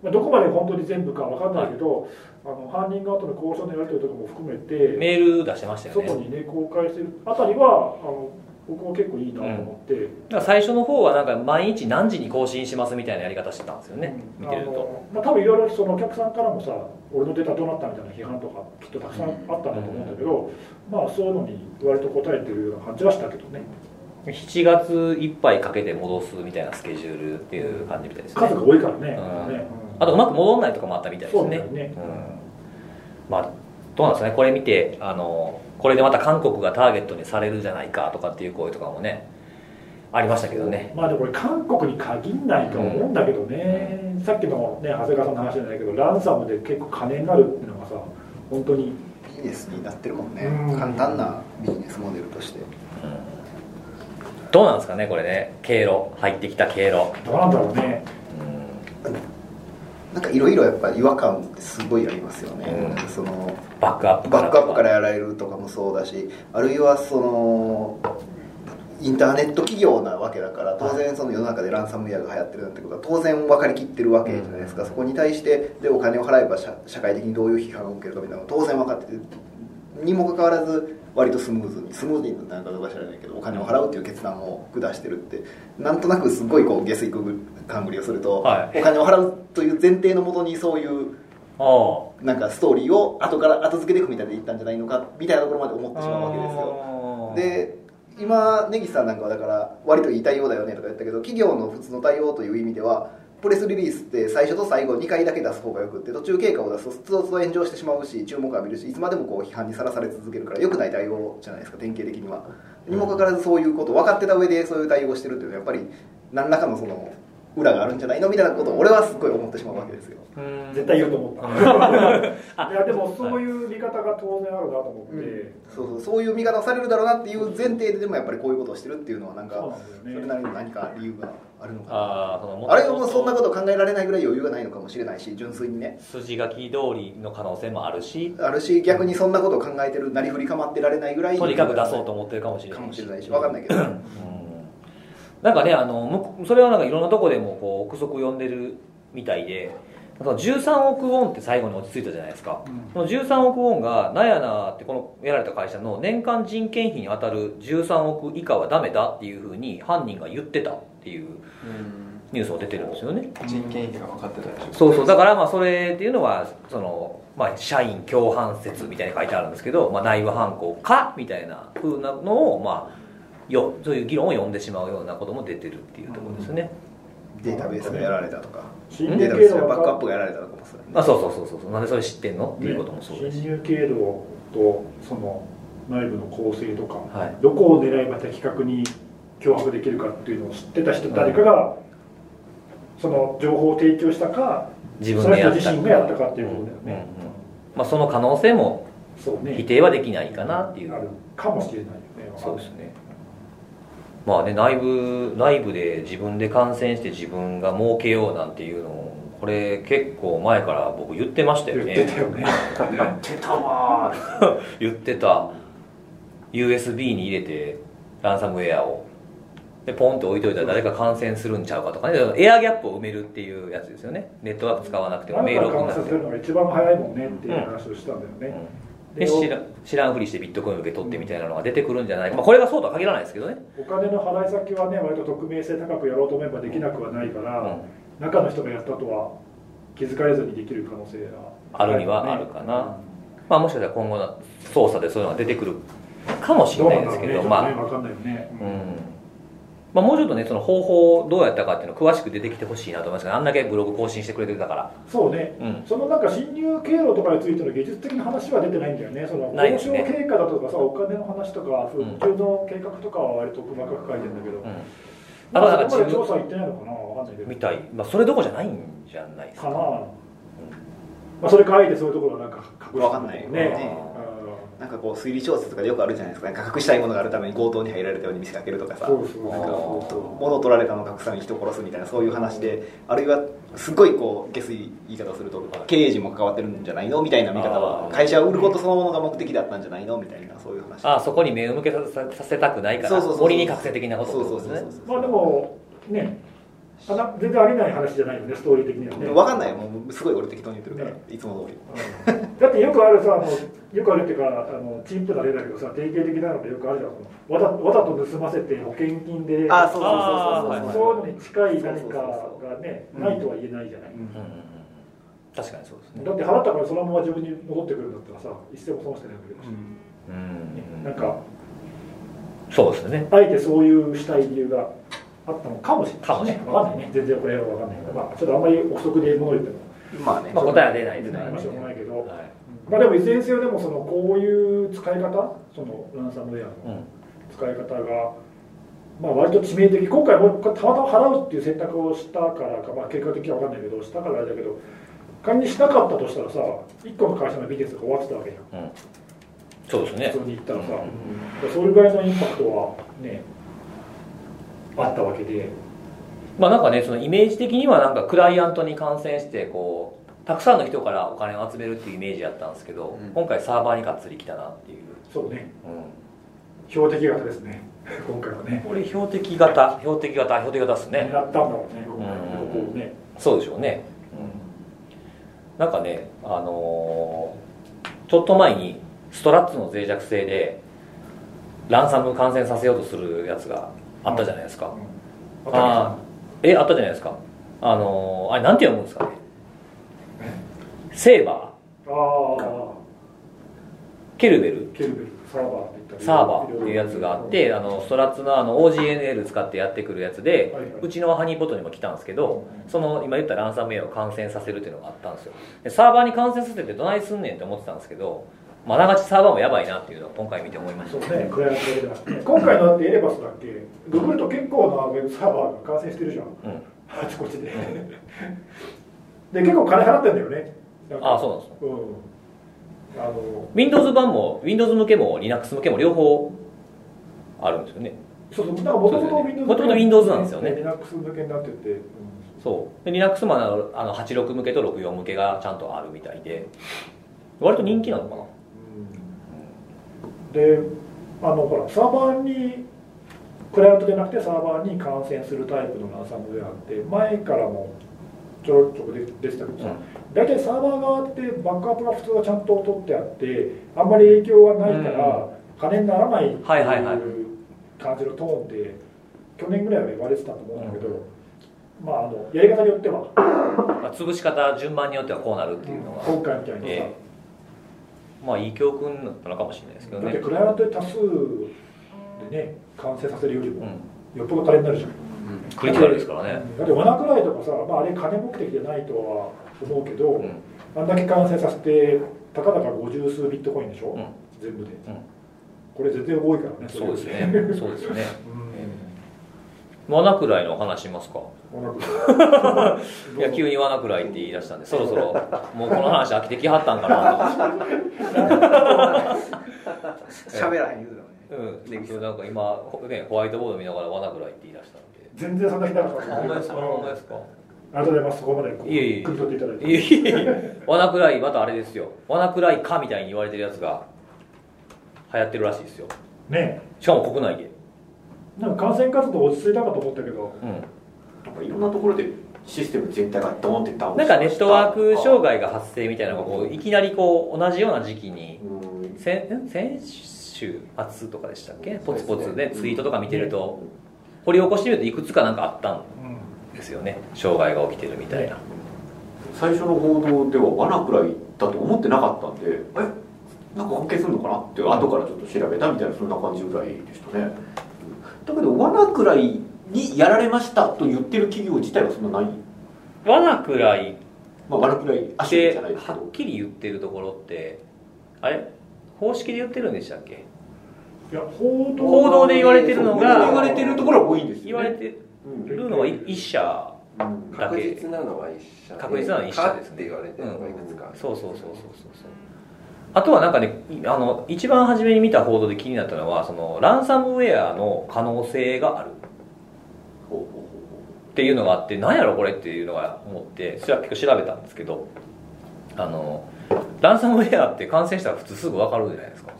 S3: まあ、どこまで本当に全部かわかんないけど、あの犯人側との交渉のやり取りとかも含めて。
S1: メール出してましたよね
S3: 外にね公開してるあたりはあの僕は結構いいなと思って、
S1: だから最初の方はなんか毎日何時に更新しますみたいなやり方してたんですよね、見
S3: あ
S1: てると
S3: のまあ多分いろいろそのお客さんからもさ俺のデータどうなったみたいな批判とかきっとたくさんあったんだと思うんだけど、まあそういうのに割と答えてるような感じはしたけどね
S1: 7月いっぱいかけて戻すみたいなスケジュールっていう感じみたいですね
S3: 数が多いからね,ね、
S1: うん
S3: うん
S1: あとうまく戻んないとかもあったみたいで
S3: そ
S1: す
S3: う
S1: ね
S3: だよね
S1: うんまあどうなんですかねこれ見てあのこれでまた韓国がターゲットにされるじゃないかとかっていう声とかもねありましたけどね
S3: まあでもこれ韓国に限んないと思うんだけどね、さっきのね長谷川さんの話じゃないけどランサムで結構金になるっていうのがさ本当に
S6: ビジネスになってるもんね
S3: うん
S6: 簡単なビジネスモデルとして
S1: どうなんですかねこれね経路入ってきた経路
S3: どうなんだろうね
S1: うん
S6: なんかいろいろやっぱり違和感ってすごいありますよね、
S1: うん
S6: その
S1: バックアップから
S6: バ
S1: と
S6: ックアップからやられるとかもそうだしあるいはそのインターネット企業なわけだから当然その世の中でランサムウェアが流行ってるなんてことは当然分かりきってるわけじゃないですか、そこに対してでお金を払えば社社会的にどういう批判を受けるかみたいなのが当然分かっててにもかかわらず割とスムーズにスムーズになんかどうか知らないけどお金を払うっていう決断を下してるってなんとなくすごいこう下水勘繰りをすると、
S1: はい
S6: お金を払うという前提のもとにそういう
S1: ああ
S6: なんかストーリーを後から後付けで組み立てていったんじゃないのかみたいなところまで思ってしまうわけですよで今根岸さんなんかはだから割といい対応だよねとか言ったけど企業の普通の対応という意味ではプレスリリースって最初と最後2回だけ出す方がよくって途中経過を出すとずっと炎上してしまうし注目を浴びるしいつまでもこう批判にさらされ続けるからよくない対応じゃないですか典型的にはにもかかわらずそういうことを分かってた上でそういう対応をしてるっていうのはやっぱり何らかのその裏があるんじゃないのみたいなことを俺はすごい思ってしまうわけですよ
S3: 絶対言うと思
S1: <laughs>
S3: った。いやでもそういう見方が当然あるなと思って、
S6: そうそうそういう見方をされるだろうなっていう前提ででもやっぱりこういうことをしてるっていうのはなん
S3: そう
S6: か
S3: なんだよ
S6: そ
S3: ね
S6: れなりの何か理由があるのかな
S1: ああそのもともと
S6: あれもそんなこと考えられないぐらい余裕がないのかもしれないし純粋にね
S1: 筋書き通りの可能性もあるし
S6: あるし逆にそんなことを考えてるなりふり構ってられないぐらい
S1: とにかく出そうと思ってるかもしれない
S6: かもしれないし分かんないけど
S1: うんなんかねあの向こうそれはなんかいろんなとこでもこう憶測呼んでるみたいでその13億ウォンって最後に落ち着いたじゃないですか、その13億ウォンがなんやなってこのやられた会社の年間人件費に当たる13億以下はダメだっていうふうに犯人が言ってたっていうニュースも出てるんですよね
S7: 人件費が分かってたでしょ
S1: そうそうだからまあそれっていうのはその、まあ、社員共犯説みたいに書いてあるんですけど、まあ、内部犯行かみたいな風なのをまあよそういう議論を呼んでしまうようなことも出てるっていうところですね、
S6: データベースがやられたとか
S3: 侵
S6: デー
S3: 入
S6: タベー
S3: 経
S6: ス
S3: 路が
S6: がバックアップがやられたとかもする
S1: あそうそうそうそうそうなんでそれ知ってんのっていうこともそうです
S3: 侵入経路とその内部の構成とか、
S1: はい
S3: どこを狙いまた的確に脅迫できるかっていうのを知ってた人、誰かがその情報を提供したか
S1: 自分でやっ
S3: その人
S1: た
S3: 自身がやったかっていうことだよね、
S1: うんうんうんまあ、その可能性も
S3: そうね
S1: 否定はできないかなっていう
S3: あるかもしれないよね
S1: そうですねまあね内部内部で自分で感染して自分が儲けようなんていうのをこれ結構前から僕言ってましたよ
S3: 言っ
S1: ね
S3: てたよね
S5: 出たわー
S1: 言ってた USB に入れてランサムウェアをでポンって置いといたら誰か感染するんちゃうかとかねエアギャップを埋めるっていうやつですよねネットワーク使わなくてもメール
S3: 何か
S1: 送んな
S3: 感
S1: く
S3: 染す
S1: ても
S3: るのが一番早いもんねっていう話をしたんだよね、
S1: うんで知ら知らんふりしてビットコイン受け取ってみたいなのが出てくるんじゃないか、まあ、これがそうとは限らないですけどね、
S3: お金の払い先はね割と匿名性高くやろうと思えばできなくはないから、
S1: うん
S3: 中の人がやったとは気づかれずにできる可能性が
S1: あるにはあるかな、まあ、もしかしたら今後の捜査でそういうのが出てくるかもし
S3: ど
S1: れ
S3: う
S1: な
S3: ないん
S1: で
S3: だろ
S1: すけど、
S3: うねちょっとね
S1: まあ
S3: 分かんないよね、
S1: うんまあ、もうちょっとねその方法をどうやったかっていうの詳しく出てきてほしいなと思いますけどあんだけブログ更新してくれてたから、
S3: そうね
S1: うん、
S3: そのなんか侵入経路とかについての技術的な話は出てないんだよねその
S1: ないで
S3: 交
S1: す
S3: 渉
S1: ね
S3: 経過だとかさお金の話とか
S1: うん
S3: 復旧の計画とかは割と細かく書いてるんだけど、
S1: うん、あ
S3: ま
S1: と
S3: だ
S1: はなん
S3: そ
S1: か
S3: こま
S1: 自
S3: で
S1: 分
S3: 調査行ってないのかなわかんないけど
S1: みたい、まあ、それどころじゃないんじゃないです
S3: か
S1: か
S3: な、まあ、それかあえてそういうところはなんか隠
S6: わかんない
S3: ね
S6: よ
S1: あ
S6: ね
S3: う
S6: なんかこう推理小説とかでよくあるじゃないですかなんか隠したいものがあるために強盗に入られたように見せかけるとか
S3: ん
S6: さ
S3: そうそう
S6: なんか
S1: あー
S6: 物を取られたのを隠さに人殺すみたいなそういう話であるいはすごいこう下水言い方をすると経営陣も関わってるんじゃないのみたいな見方
S1: あ
S6: は
S1: ー
S6: 会社を売ることそのものが目的だったんじゃないのみたいなそういう話
S1: ああそこに目を向けさせさせたくないか
S6: そう
S1: ら
S6: そうそう
S1: 森に覚醒的なことってことですね
S6: そうそうそう
S3: まあでもねあな全然ありえない話じゃないよねストーリー的にはね
S6: 分かんないよもうすごい俺適当に言ってるから、
S3: ね
S6: いつも通り
S3: だってよくあるさあのよくあるっていうかあのチンプな例だけどさ典型的なのがよくあるじゃんそのわざわざと盗ませて保険金で
S6: あそう
S1: あ
S6: そうそう
S3: そう
S6: そうそう
S3: いうのに近い何か
S6: そうそう
S3: がね
S6: うん
S3: ないとは言えないじゃない、
S1: うんうんうん確かにそうですね
S3: だって払ったからそのまま自分に戻ってくるんだったらさ一銭も損してないわけだし、
S1: うんうんう
S3: なん
S1: ん
S3: か
S1: そうですね
S3: あえてそういうしたい理由があったのかもしれない
S1: かもしれない
S3: わかんないね全然これは分かんないから、まあ、ちょっとあんまり憶測で物言っても
S6: まあね、
S1: まあ、答えは出ないです
S3: 出ない
S1: ね
S3: まあしょうがないけど、
S1: はい
S3: まあでもいずれにせよでもそのこういう使い方そのランサムウェアの
S1: うん
S3: 使い方が、まあ、割と致命的今回もたまたま払うっていう選択をしたからか、まあ、結果的には分かんないけどしたからあれだけど仮にしなかったとしたらさ1個の会社のビジネスが終わってたわけじゃん
S1: うんそうですね
S3: 普通に言ったらさ、それぐらいのインパクトはねあったわけで
S1: まあなんかねそのイメージ的にはなんかクライアントに感染してこうたくさんの人からお金を集めるっていうイメージだったんですけど、
S7: うん
S1: 今回サーバーにがっつり来たなっていう、
S3: そうね
S1: うん、
S3: 標的型ですね <laughs> 今回はね
S1: これ標的型標的型標的型です
S3: 狙っ
S1: ね
S3: たんだろうね今回
S1: うん
S3: ここをね
S1: そうでしょうね、なんかねあのーちょっと前にストラッツの脆弱性でランサム感染させようとするやつがあったじゃないですか、
S3: あった
S1: あーえあったじゃないですかあのーあれなんて読むんですかねセーバー
S3: あー
S1: ケルベル
S3: ケルベルサーバーって言ったり
S1: サーバーっていうやつがあって、あのストラッツのあの OGNL 使ってやってくるやつで、
S3: はいはいう
S1: ちのハニーポットにも来たんですけどその今言ったランサムウェアを感染させるっていうのがあったんですよでサーバーに感染させてどないすんねんって思ってたんですけどまあながちサーバーもやばいなっていうのを今回見て思いまし
S3: そ
S1: た
S3: うね、クライアントだけじゃなくて今回のだってエレバスだっけ、ググると結構なウェブサーバーが感染してるじゃん、
S1: うん
S3: あちこちで。で、結構金払ってんだよね、
S1: ああそうなんですよ
S3: う、うん、あの
S1: Windows 版も Windows 向けも Linux 向けも両方あるんですよね
S3: そうそう、なんかもともと
S1: そう
S3: Windows
S1: 元々 Windows なんですよね
S3: Linux 向けになってて、
S1: そうで Linux もあのあの86向けと64向けがちゃんとあるみたいで割と人気なのかな
S3: で、あのほら、サーバーに、クライアントじゃなくてサーバーに感染するタイプのランサムウェアって、前からもちょろちょろで出てたけどさ、大体サーバー側ってバックアップが普通はちゃんと取ってあってあんまり影響がないから金にならないっていう
S1: はいはいはい
S3: 感じのトーンで去年ぐらいは言われてたと思うんだけど、まああのやり方によっては
S1: まあ、潰し方順番によってはこうなるっていうのが、
S3: 今回みたいにさ
S1: ええまあいい教訓だったのかもしれないですけど
S3: だっ
S1: ね
S3: てクライアントで多数でね完成させるより
S1: う
S3: も
S1: ん、
S3: よっぽど金になるじゃん、
S1: クリティカルですからね、
S3: だって罠くらいとかさ、まあ、あれ金目的じゃないとは思うけど、
S1: うん
S3: あんだけ完成させてたかだか50数ビットコインでしょ、
S1: うん
S3: 全部で、
S1: うん
S3: これ全然多いからね
S1: そうです
S3: れ
S1: ね <laughs> そうですね
S3: う
S1: 罠くらいのお話しますか
S3: んわか
S1: いや急に罠くらいって言い出したんでそろそろもうこの話飽きてきはったんかなと思っ
S6: 喋らへん言うてたのね
S1: て、うん、で今日なんか今、ほね、ホワイトボード見ながら罠くらいって言い出したんで
S3: る全然そんなひどかった
S1: あほんまですかほんま
S3: あ
S1: ですか
S3: りがとうございますそこまでこう
S1: いえいえ
S3: 汲み取っていただいて
S1: いやいやいや罠くらいまたあれですよ罠くらいかみたいに言われてるやつが流行ってるらしいですよ
S3: ね
S1: しかも国内で
S3: なんか感染活動落ち着いたかと思ったけど
S1: うん
S5: なんかいろんなところでシステム全体がドーンってダウン
S1: なんかネットワーク障害が発生みたいなのがこういきなりこう同じような時期に
S5: うん
S1: 先ん先週末とかでしたっけポツポツでツイートとか見てると掘り起こしてみるといくつかなんかあったんですよね障害が起きてるみたいな
S5: 最初の報道では罠くらいだと思ってなかったんでえなんか関係するのかなって後からちょっと調べたみたいなそんな感じぐらいでしたねだけど罠くらいにやられましたと言ってる企業自体はそんなない、
S1: 罠くらい
S5: まあ、罠くらい
S1: っ
S5: 足
S1: て
S5: じゃないですけ
S1: はっ
S5: ど
S1: きり言ってるところってあれ方式で言ってるんでしたっけ
S3: いや報道
S1: 報道で言われてるのが
S5: そう報道で言われてるところは多いんです
S1: 言
S5: よ、
S1: わ
S5: ね、
S1: れてるのは1社
S5: うん
S1: だ
S2: 確
S1: け
S2: 実なのは一社で
S1: 確実なのは一社ですね
S2: かって言われてるのがいくつかある
S1: そうそうそうそうそうそうあとはなんかねいあの一番初めに見た報道で気になったのはそのランサムウェアの可能性がある
S5: ほうほうほ
S1: っていうのがあって何やろこれっていうのが思ってそれは結構調べたんですけどあのランサムウェアって感染したら普通すぐ分かるじゃないですか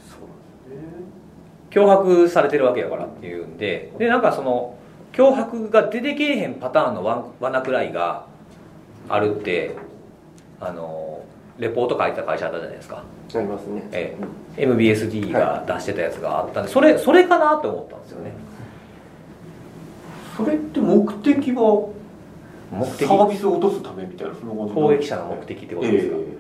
S1: 脅迫されてるわけやからっていうんででなんかその脅迫が出てけえへんパターンのワンワナクライがあるってあのレポート書いてた会社あったじゃないですか
S2: ありますね
S1: ええ、MBSD が出してたやつがあったんで、それそれかなと思ったんですよね
S5: うそれって目的は
S1: 目的
S5: サービスを落とすためみたいなそんな感じ
S1: 攻撃者の目的ってことですか、
S5: え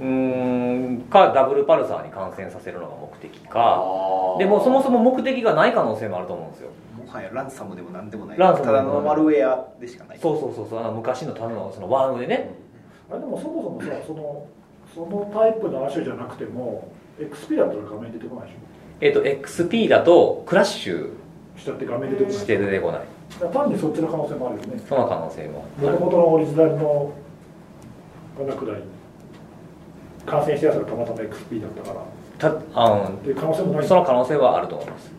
S1: うーんかダブルパルサーに感染させるのが目的
S5: え
S1: か
S5: あー
S1: でもそもそも目的がない可能性もあると思うんですよ
S6: もはやランサムでもなんでもない
S1: ランサム
S6: ただのマルウェアでしかない
S1: そうそうそうそうあの昔のただのそのワームでね
S3: あれでもそもそもさそのそのタイプの亜種じゃなくても XP だったら画面出てこないでし
S1: えっ、と XP だとクラッシュ
S3: ょ下って画面出てこない
S1: して出てこない
S3: だから単にそっちの可能性もあるよね
S1: その可能性も
S3: もともとのオリジナルの罠くらい感染したやつがたまたま XP だったからった
S1: あの
S3: ていう可能性もない
S1: その可能性はあると思います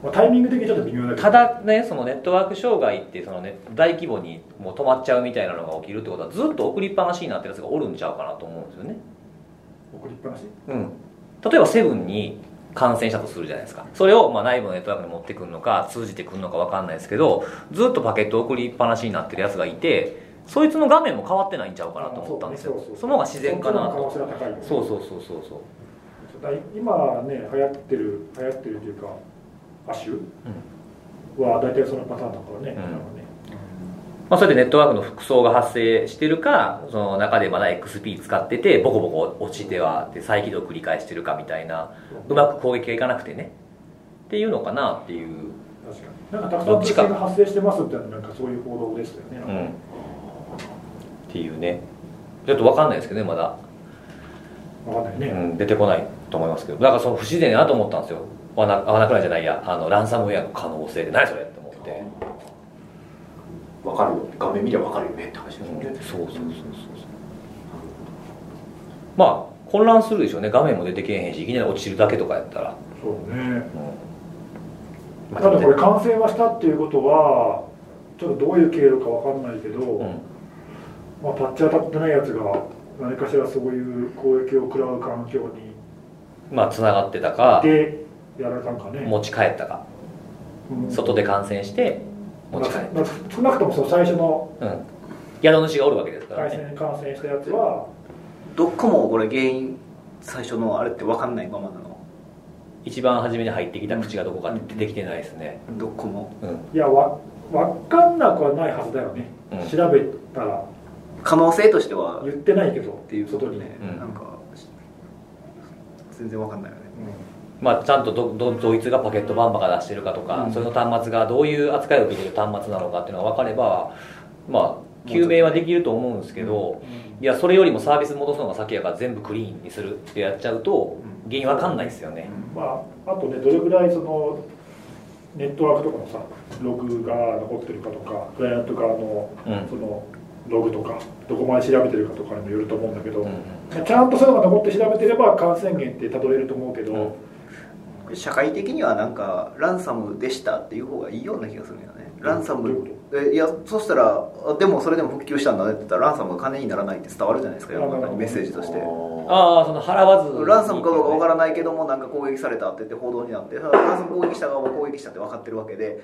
S3: まあ、タイミング的にちょっと微妙だけど
S1: ただねそのネットワーク障害ってその、ね、大規模にもう止まっちゃうみたいなのが起きるってことはずっと送りっぱなしになってるやつがおるんちゃうかなと思うんですよね、
S3: 送りっぱなし
S1: うん、例えばセブンに感染したとするじゃないですかそれをまあ内部のネットワークに持ってくるのか通じてくるのか分かんないですけどずっとパケットを送りっぱなしになってるやつがいてそいつの画面も変わってないんちゃうかなと思ったんですよ
S3: そうそう
S1: その方が自然かな
S3: そっ
S1: と
S3: ちの方が可能性が高いよね
S1: そうそうそうそうそう
S3: だから今ね流行ってる流行ってるというか亜種は大体そのパターンだからね,、
S1: ん
S3: なんかね
S1: まあ、そうやってネットワークの服装が発生してるかその中でまだ XP 使っててボコボコ落ちてはで再起動繰り返してるかみたいなうまく攻撃がいかなくてねっていうのかなっていう、
S3: 確かになんかたくさん不正が発生してますってなんかそういう報道でしたよね、
S1: うん、っていうねちょっと分かんないですけどねまだ
S3: わかんないね、
S1: うん、出てこないと思いますけどだからその不自然やなと思ったんですよ合わな合わなくないじゃないやあのランサムウェアの可能性で何それって思って、
S5: わかるよ画面見りゃわかるよねって話です
S1: う
S5: も
S1: ん
S5: んね、
S1: そうそうそうそうそうまあ混乱するでしょうね画面も出てけえへんしいきなり落ちるだけとかやったら、
S3: そうね
S1: うんまあ
S3: ただこれ完成はしたっていうことはちょっとどういう経路かわかんないけど、
S1: うん
S3: まあ、パッチ当たってないやつが何かしらそういう攻撃を食らう環境に
S1: まあつながってたか
S3: でやられたんかね
S1: 持ち帰ったか
S3: うん
S1: 外で感染して持ち帰っ
S3: まあ少なくともその最初の
S1: た、うん、宿主がおるわけですから
S3: 回
S1: ね
S3: 線に感染したやつは
S6: どこもこれ原因最初のあれって分かんないままなの
S1: 一番初めに入ってきた口がどこかって出てきてないですね
S6: どこも
S1: うん
S3: いやわ分かんなくはないはずだよね、
S1: うん
S3: 調べたら
S6: 可能性としては
S3: 言ってないけど
S6: っていうこと
S3: 外に
S6: ね、
S1: うん
S6: なんか全然分かんないよね
S1: まあ、ちゃんとどどどいつがパケットバンバが出してるかとか、
S6: うん
S1: それの端末がどういう扱いを受けてる端末なのかっていうのが分かれば、まあ、究明はできると思うんですけど、いやそれよりもサービス戻すのが先やから全部クリーンにするってやっちゃうと
S6: うん
S1: 原因分かんないですよね、
S3: まあ、あとねどれぐらいそのネットワークとかのさログが残ってるかとかクライアント側の
S1: うん
S3: そのログとかどこまで調べてるかとかにもよると思うんだけど、
S1: うん
S3: ちゃんとそういうのが残って調べてれば感染源ってたどれると思うけど、
S1: うん
S6: 社会的にはなんかランサムでしたっていう方がいいような気がするんだよねランサ
S3: どういう
S6: ム
S3: こ
S6: えいやそしたらあでもそれでも復旧したんだねって言ったらランサムが金にならないって伝わるじゃないですか世の中にメッセージとして
S1: ああその払わず
S6: ランサムかどうかわから
S1: い
S6: ないけどもなんか攻撃されたって言って報道になってランサム攻撃した側は攻撃したって分かってるわけで、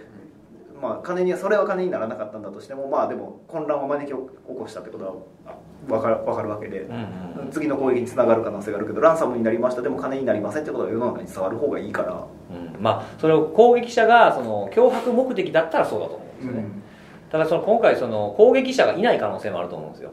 S6: まあ、金にはそれは金にならなかったんだとしてもまあでも混乱を招き起こしたってことは分かるわかるわけで
S1: うん、うんうん
S6: 次の攻撃につながる可能性があるけどランサムになりましたでも金になりませんってことは世の中に伝わる方がいいから、
S1: うんまあ、それを攻撃者がその脅迫目的だったらそうだと思うんですよね、ただその今回その攻撃者がいない可能性もあると思うんですよ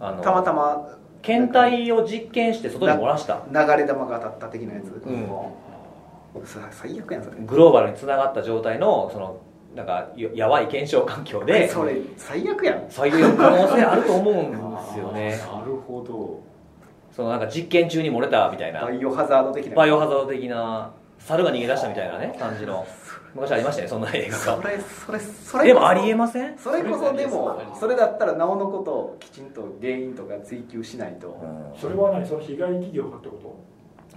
S1: あの
S6: たまたま
S1: 検体を実験して外に漏らした、
S6: 流れ弾が当たった的なやつ、
S1: うん、
S6: さ最悪やんそれ
S1: グローバルにつながった状態のそのなんかややばい検証環境で
S6: それ最悪やん
S1: そういう可能性あると思うんですよね
S5: あーなるほど
S1: そのなんか実験中に漏れたみたいな
S6: バイオハザード的な
S1: バイオハザード的な猿が逃げ出したみたいなね感じの昔ありましたねそんな映画
S6: そ
S1: が
S6: れそれそれ
S1: でもありえません
S6: それこそでもそれだったらなおのことをきちんと原因とか追求しないと
S3: それは何その被害企業かってこ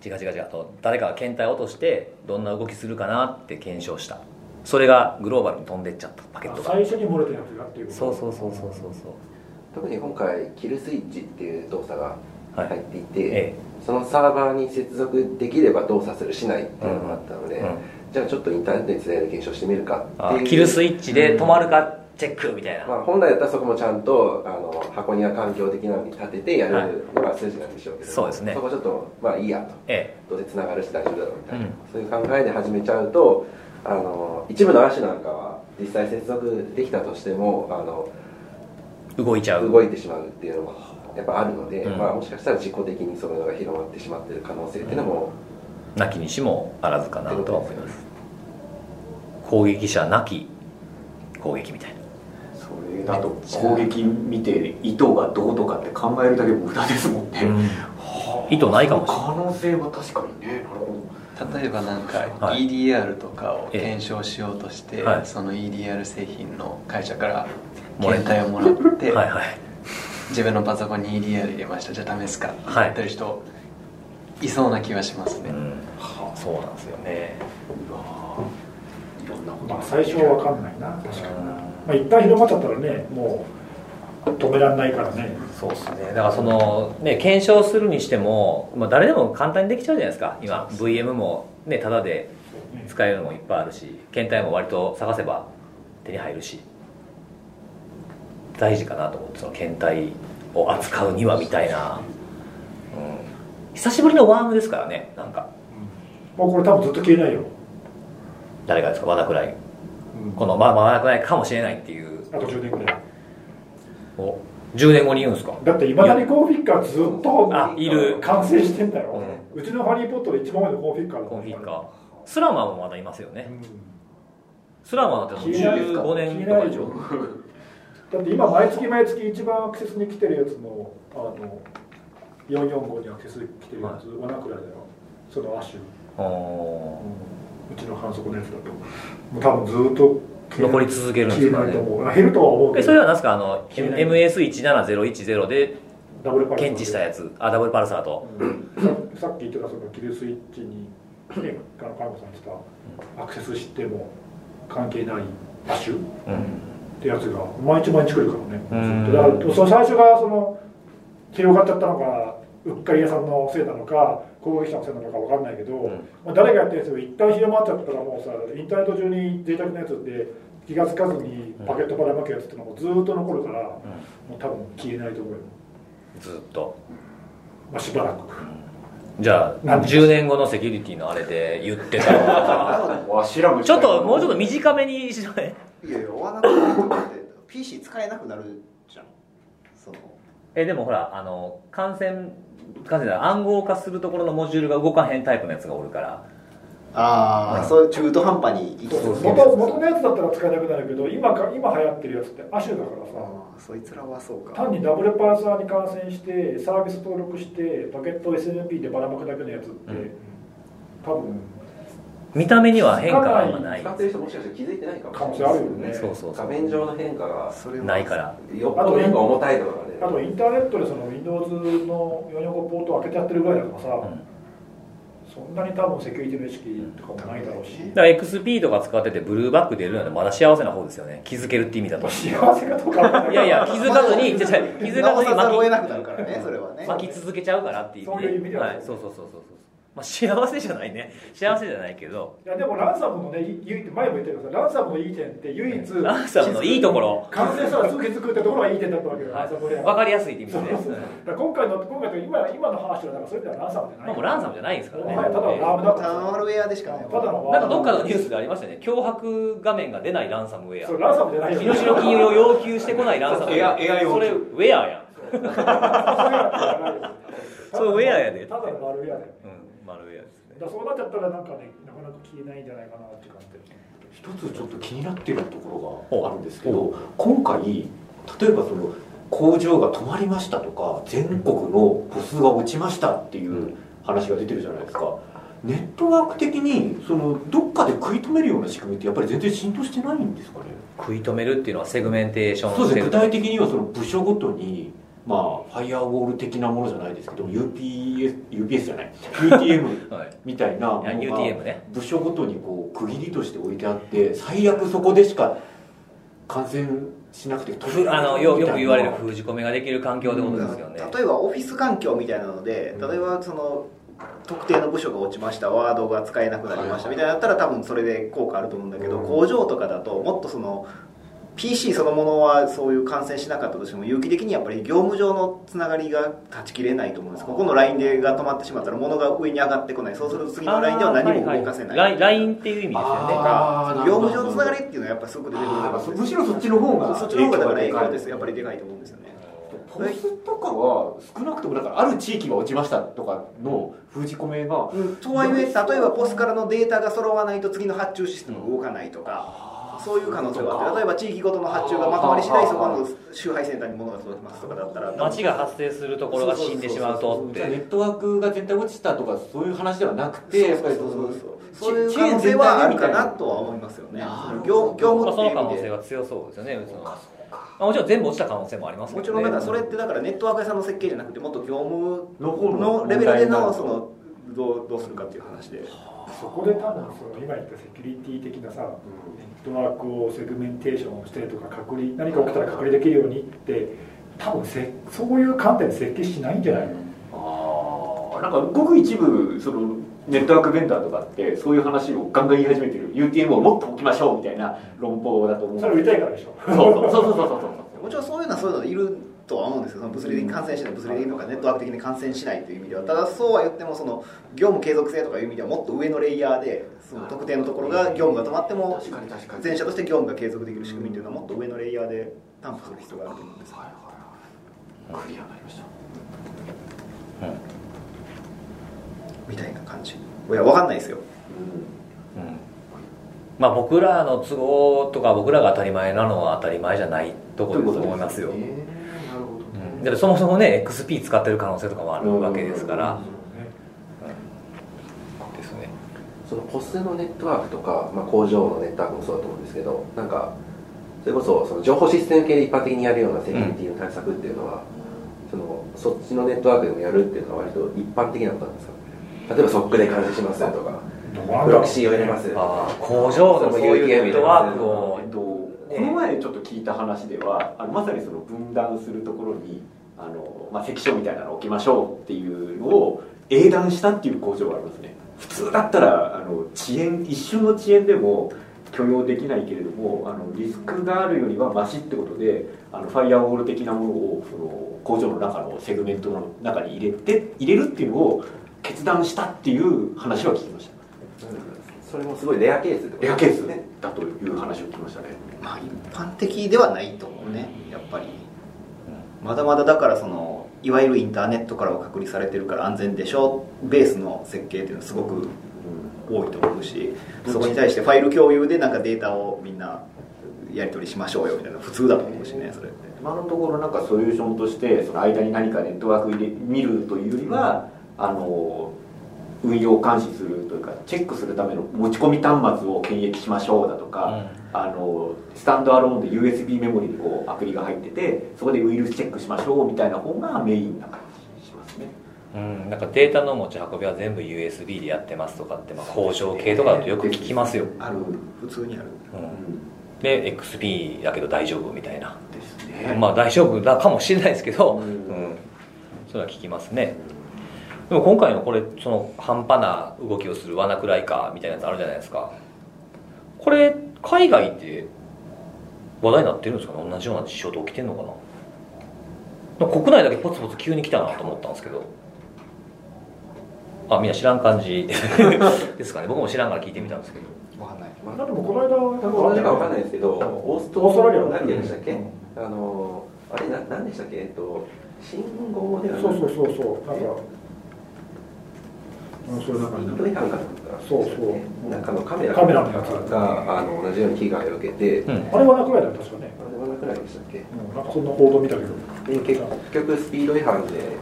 S1: 違う違う違うと誰かが検体を落としてどんな動きするかなって検証したそれがグローバルに飛んでっちゃったパケッ
S3: と
S1: トが
S3: 最初に漏れたやつがっていうこと
S1: そうそうそうそうそうそう
S2: 特に今回キルスイッチっていう動作が
S1: はい
S2: 入っていて、
S1: え
S2: そのサーバーに接続できれば動作するしないっていうのがあったので、
S1: え、うん
S2: じゃあちょっとインターネットにつないで検証してみるか
S1: あ
S2: っていう
S1: キルスイッチで止まるかチェックみたいな、
S2: まあ、本来だったらそこもちゃんとあの箱庭環境的なのに立ててや
S1: はい
S2: るのが筋なんでしょうけど、
S1: そうですね
S2: そこちょっとまあいいやと
S1: え
S2: どうせつながるし大丈夫だろうみたいな、
S1: うん
S2: そういう考えで始めちゃうとあの一部の足なんかは実際接続できたとしてもあの
S1: え動いちゃう
S2: 動いてしまうっていうのもやっぱあるので、
S1: うん
S2: まあ、もしかしたら自己的にそういうのが広まってしまっている可能性っていうのも、
S1: なきにしもあらずかな
S2: ってこと
S1: は思います攻撃者なき攻撃みたいな
S5: それだと攻撃見て意図がどうとかって考えるだけ無駄ですもんね、はあ
S1: 意図ないかもしれない
S5: 可能性は確かにねなるほど
S7: 例えばなんか
S1: はい
S7: EDR とかを
S1: ええ
S7: 検証しようとして、
S1: はい
S7: その EDR 製品の会社から
S1: 漏れ
S7: 検体をもらって、
S1: はいはい
S7: 自分のパソコンに EDR 入れましたじゃあダメですかって
S1: はい
S7: 言ってる人いそうな気はしますね、
S1: うんそうなんですよね
S5: うわーいろんなこと
S3: まあ、最初は分かんないな確かに、まあ、一旦広まっちゃったらねもう止められないからね
S1: そうですねだからそのね検証するにしても、まあ、誰でも簡単にできちゃうじゃないですか今 VM もねタダで
S3: そうね
S1: 使えるのもいっぱいあるし検体も割と探せば手に入るし大事かなと思ってその検体を扱うにはみたいな、うん、久しぶりのワームですからねなんか
S3: もうこれ多分ずっと消えないよ、
S1: 誰がですか和田くらい
S3: うん
S1: このまあ和田くらいかもしれないっていう
S3: あと10年ぐらい
S1: お10年後に言うんですか
S3: だっていまだにコンフィッカーずっと
S1: あいる
S3: 完成してんだよ、うちのハリー・ポッターで一番前のコンフィッカーだ
S1: コンフィッカースラマーもまだいますよねスラマーだってもう15年とかでしょ
S3: だって今毎月毎月一番アクセスに来てるやつもあの445にアクセスに来てるやつはなくらいだよその亜種
S1: あー
S3: うちの反則のやつだともう多分ずっと
S1: 残り続けるんです
S3: 消
S1: か
S3: えないと
S1: ね
S3: 思う減るとは思うけ
S1: え
S3: ど
S1: それは何ですかあの
S3: 消えない
S1: MS17010 で
S3: ダブルパラ
S1: 検知したやつあダブルパルサーと
S3: うんささっき言ってたそのキルスイッチに、ね、あのカンコさん言ってたアクセスしても関係ない亜種っ
S1: うん
S3: てやつが毎日毎日来るからね
S1: うん
S3: ずっとだからその最初がその広がっちゃったのかうっかり屋さんのせいなのか攻撃者のせいなのかわかんないけど、
S1: ん
S3: まあ、誰がやってるやつが一旦広まっちゃったらもうさインターネット中に贅沢なやつって気がつかずにパケットばらまくやつってのがずーっと残るから、もう多分消えないと思うよ、
S1: ずっと
S3: まあ、しばらく。
S1: じゃあ10年後のセキュリティのあれで言ってたのか
S5: わしらも
S1: なちょっともうちょっと短めにしない
S6: いやいや終わらなくなるって PC 使えなくなるじゃんその
S1: えでもほらあの感染感染じゃない暗号化するところのモジュールが動かへんタイプのやつがおるから
S6: ああそういう中途半端に生きてる
S3: 元元のやつだったら使えなくなるけど今か今流行ってるやつって亜種だからさ
S6: あーそいつらはそうか
S3: 単にダブルパーサーに感染してサービス登録してパケット SNP でばらまくだけのやつって、多分
S1: 見た目には変化があんまない
S2: 使ってる人もしかしたら気づいてないか
S3: 可
S2: も
S3: 能
S2: し
S3: 性
S2: れな
S3: あ
S2: い
S3: るよね
S1: そうそうそ
S2: 画面上の変化が
S6: それ
S1: う
S6: は
S1: ないから
S2: よっぽど変化重たいとかね
S3: あとインターネットでその Windows の4 4 5ポートを開けてやってるぐらいだからさ、
S1: ん
S3: そんなに多分セキュリティの意識とかもないだろうし、
S1: だから XP とか使っててブルーバック出るなんてまだ幸せな方ですよね気づけるって意味だと
S3: 幸せかどうかわかんない
S1: いやいや気づかずに違う違う気づ
S6: 直
S1: かず
S6: さ
S1: に
S6: ざるを得な
S1: 巻
S6: くなるからねそれはね
S1: き巻き続けちゃうからっていう
S3: そういう意味では
S1: はい、そうそうそうそうそうまあ幸せじゃないね幸せじゃないけど
S3: いやでもランサムのねい唯一前も言ったけどさランサムのいい点って唯一
S1: ランサムのいいところ
S3: 完成したらすぐ気づくってところがいい点だったわけよ、ランサムウェア
S1: 分かりやすいって意味でね
S3: そうそうだから今回の今回というか今今の話はだからそういう意味ではランサムじ
S1: う
S3: ゃ
S1: ま
S3: なんい
S1: あもうランサムじゃないですからね
S3: はいただのラームだ
S6: タ
S3: か
S6: ーンワルウェアでしからない
S3: ただの
S1: なんかどっかのニュースでありましたよね脅迫画面が出ないランサムウェア
S3: そうランサムじゃないよ
S1: 身代金を要求してこないランサムウェア
S5: エアエア
S1: それウェアやん、そうウェアやで
S3: ただの丸ウェアだよね
S1: うん、マルウェアですね
S3: だからそうなっちゃったらなんかねなかなか消えないんじゃないかなって感じ
S5: 一つちょっと気になってるところがあるんですけど今回例えばその工場が止まりましたとか全国の歩数が落ちましたっていう話が出てるじゃないですかネットワーク的にそのどっかで食い止めるような仕組みってやっぱり全然浸透してないんですかね
S1: 食い止めるっていうのはセグメンテーション
S5: そうですね具
S1: セグ
S5: 体的にはその部署ごとにまあファイアウォール的なものじゃないですけど UPS, UPS じゃない UTM
S1: はい
S5: みたいなものが
S1: いや UTM ね
S5: 部署ごとにこう区切りとして置いてあって最悪そこでしか感染しなくて飛べ
S1: あのよよく言われる封じ込めができる環境ってことですよね、
S6: 例えばオフィス環境みたいなので例えばその特定の部署が落ちましたワードが使えなくなりましたみたいなのだったら多分それで効果あると思うんだけど
S5: うん
S6: 工場とかだともっとその PC そのものはそういう感染しなかったとしても有機的にやっぱり業務上のつながりが断ち切れないと思うんですここの LINE でが止まってしまったら物が上に上がってこないそうすると次の LINE では何も動かせない、
S1: ライン LINE っていう意味ですよね
S5: あーなる
S6: 業
S5: ほど
S6: 務上のつながりっていうのはやっぱすごく出てくると思うんですよ
S5: むしろそっちの方が
S6: そっちの方がだから影響ですやっぱりでかいと思うんですよね
S5: ポスとかは少なくともだからある地域が落ちましたとかの封じ込めが
S6: うんとはいえ例えばポスからのデータが揃わないと次の発注システムが動かないとか、そういう可能性があって例えば地域ごとの発注がまとまり次第そこの集配センターに物が届きますとかだったら
S1: 街が発生するところが死んでしまうとっ
S5: じゃあネ
S1: て
S5: ットワークが全体落ちたとかそういう話ではなくて
S6: で
S5: や
S6: や
S5: っ
S6: っぱ
S5: ぱり
S6: りそ
S5: そ
S6: うそう
S5: の
S6: そう
S5: チェ
S6: そ
S5: ーン
S6: ういう可能性はあるかな
S5: チェーン全体みたい
S6: とは思いますよね
S5: なるほど
S6: 業業
S1: ま
S6: 務
S1: あ
S6: っ
S1: その可能
S6: ていう意味
S1: 性
S6: で
S1: は強そうですよねその
S5: そうかそうか
S1: まあもちろん全部落ちた可能性もあります
S6: も
S1: もん
S6: ち
S1: ね
S6: ろんだからそれってだからネットワーク屋さんの設計じゃなくてもっと業務
S5: の方
S6: のレベルでの
S5: 問題
S6: そ
S5: になる
S6: のどうどうするかっていう話で
S3: そこで多分その今言ったセキュリティ的なさ、ネットワークをセグメンテーションをしてとか隔離何か起きたら隔離できるようにって多分せそういう観点で設計しないんじゃないの、
S5: ああなんかごく一部そのネットワークベンダーとかってそういう話をガンガン言い始めてる UTM をもっと置きましょうみたいな論法だと思う
S3: それ売りたいからでしょ
S5: そうそうそうそうそうそうそう
S6: もちろんそういうのはそういうのでいるとは思うんですけどその物理的に感染しない物理的とかネットワーク的に感染しないという意味ではただそうは言ってもその業務継続性とかいう意味ではもっと上のレイヤーでその特定のところが業務が止まっても
S5: 確かに確かに
S6: 全社として業務が継続できる仕組みというのはもっと上のレイヤーで担保する必要があると思うんですよ
S5: はいはいはいクリアになりました
S6: みたいな感じいやわかんないですよ
S1: うんまあ、僕らの都合とか僕らが当たり前なのは当たり前じゃないところだと思いますよ
S5: とうことですねなるほどね
S1: うんだってそもそもね XP 使ってる可能性とかもあるわけですからですね
S2: その個数のネットワークとか、まあ、工場のネットワークもそうだと思うんですけどなんかそれこそその情報システム系で一般的にやるようなセキュリティの対策っていうのは、そのそっちのネットワークでもやるっていうのは割と一般的なことなんですか例えばソックで監視しますとかプロキシーを入れますとか
S1: あー工場のそういうネットワークを
S5: えっと、この前ちょっと聞いた話ではあのまさにその分断するところにあの、まあ、関所みたいなのを置きましょうっていうのを英断したっていう工場がありますね普通だったらあの遅延一瞬の遅延でも許容できないけれどもあのリスクがあるよりはマシってことであのファイアウォール的なものをその工場の中のセグメントの中に入れて入れるっていうのを決断したっていう話は聞きました
S2: それもすごいレアケースってこと
S5: レアケースだという話を聞きましたね
S6: まあ一般的ではないと思うねやっぱりまだまだだからそのいわゆるインターネットからは隔離されてるから安全でしょベースの設計っていうのはすごく多いと思うしそこに対してファイル共有でなんかデータをみんなやり取りしましょうよみたいなの普通だと思うしねそれって
S5: 今のところなんかソリューションとしてその間に何かネットワーク入れ見るというよりはあの運用監視するというかチェックするための持ち込み端末を検疫しましょうだとか、あのスタンドアローンで USB メモリにこうアプリが入っててそこでウイルスチェックしましょうみたいな方がメインな感じしますね
S1: うん、なんかデータの持ち運びは全部 USB でやってますとかって、まあ、工場系とかだとよく聞きますよ、
S5: ある、
S6: 普通にある
S1: うん、
S5: ん、
S1: で XP だけど大丈夫みたいな、
S5: ですね、
S1: まあ大丈夫だかもしれないですけど、
S5: う
S1: うんんそれは聞きますねでも今回のこれその半端な動きをするワナクライカーみたいなやつあるじゃないですかこれ海外って話題になってるんですかね同じような事象と起きてんのかななんか国内だけポツポツ急に来たなと思ったんですけどあみんな知らん感じですかね僕も知らんから聞いてみたんですけど
S6: わかんない
S3: まあでもこの間
S2: 同じかわかんない
S3: い
S2: ですけどオースト
S3: オーストラリアの
S2: 何て言うんでしたっけ、
S3: うん
S2: あのあれな何でしたっけえっと信号ではな
S3: そうそう
S2: く
S3: そうそうなんかうんそういう中
S2: イ
S3: に
S2: ンド違反かなんか
S3: そうそう
S2: なんかのカメラ
S3: カメラのやつ
S2: があの同じように被害を受けて、
S1: う
S2: あれ
S1: ん
S3: あれはなくらいだよ確かね
S2: はなくないでしたっけ
S3: うんなんかそんな報道見たけど
S2: で結局スピード違反で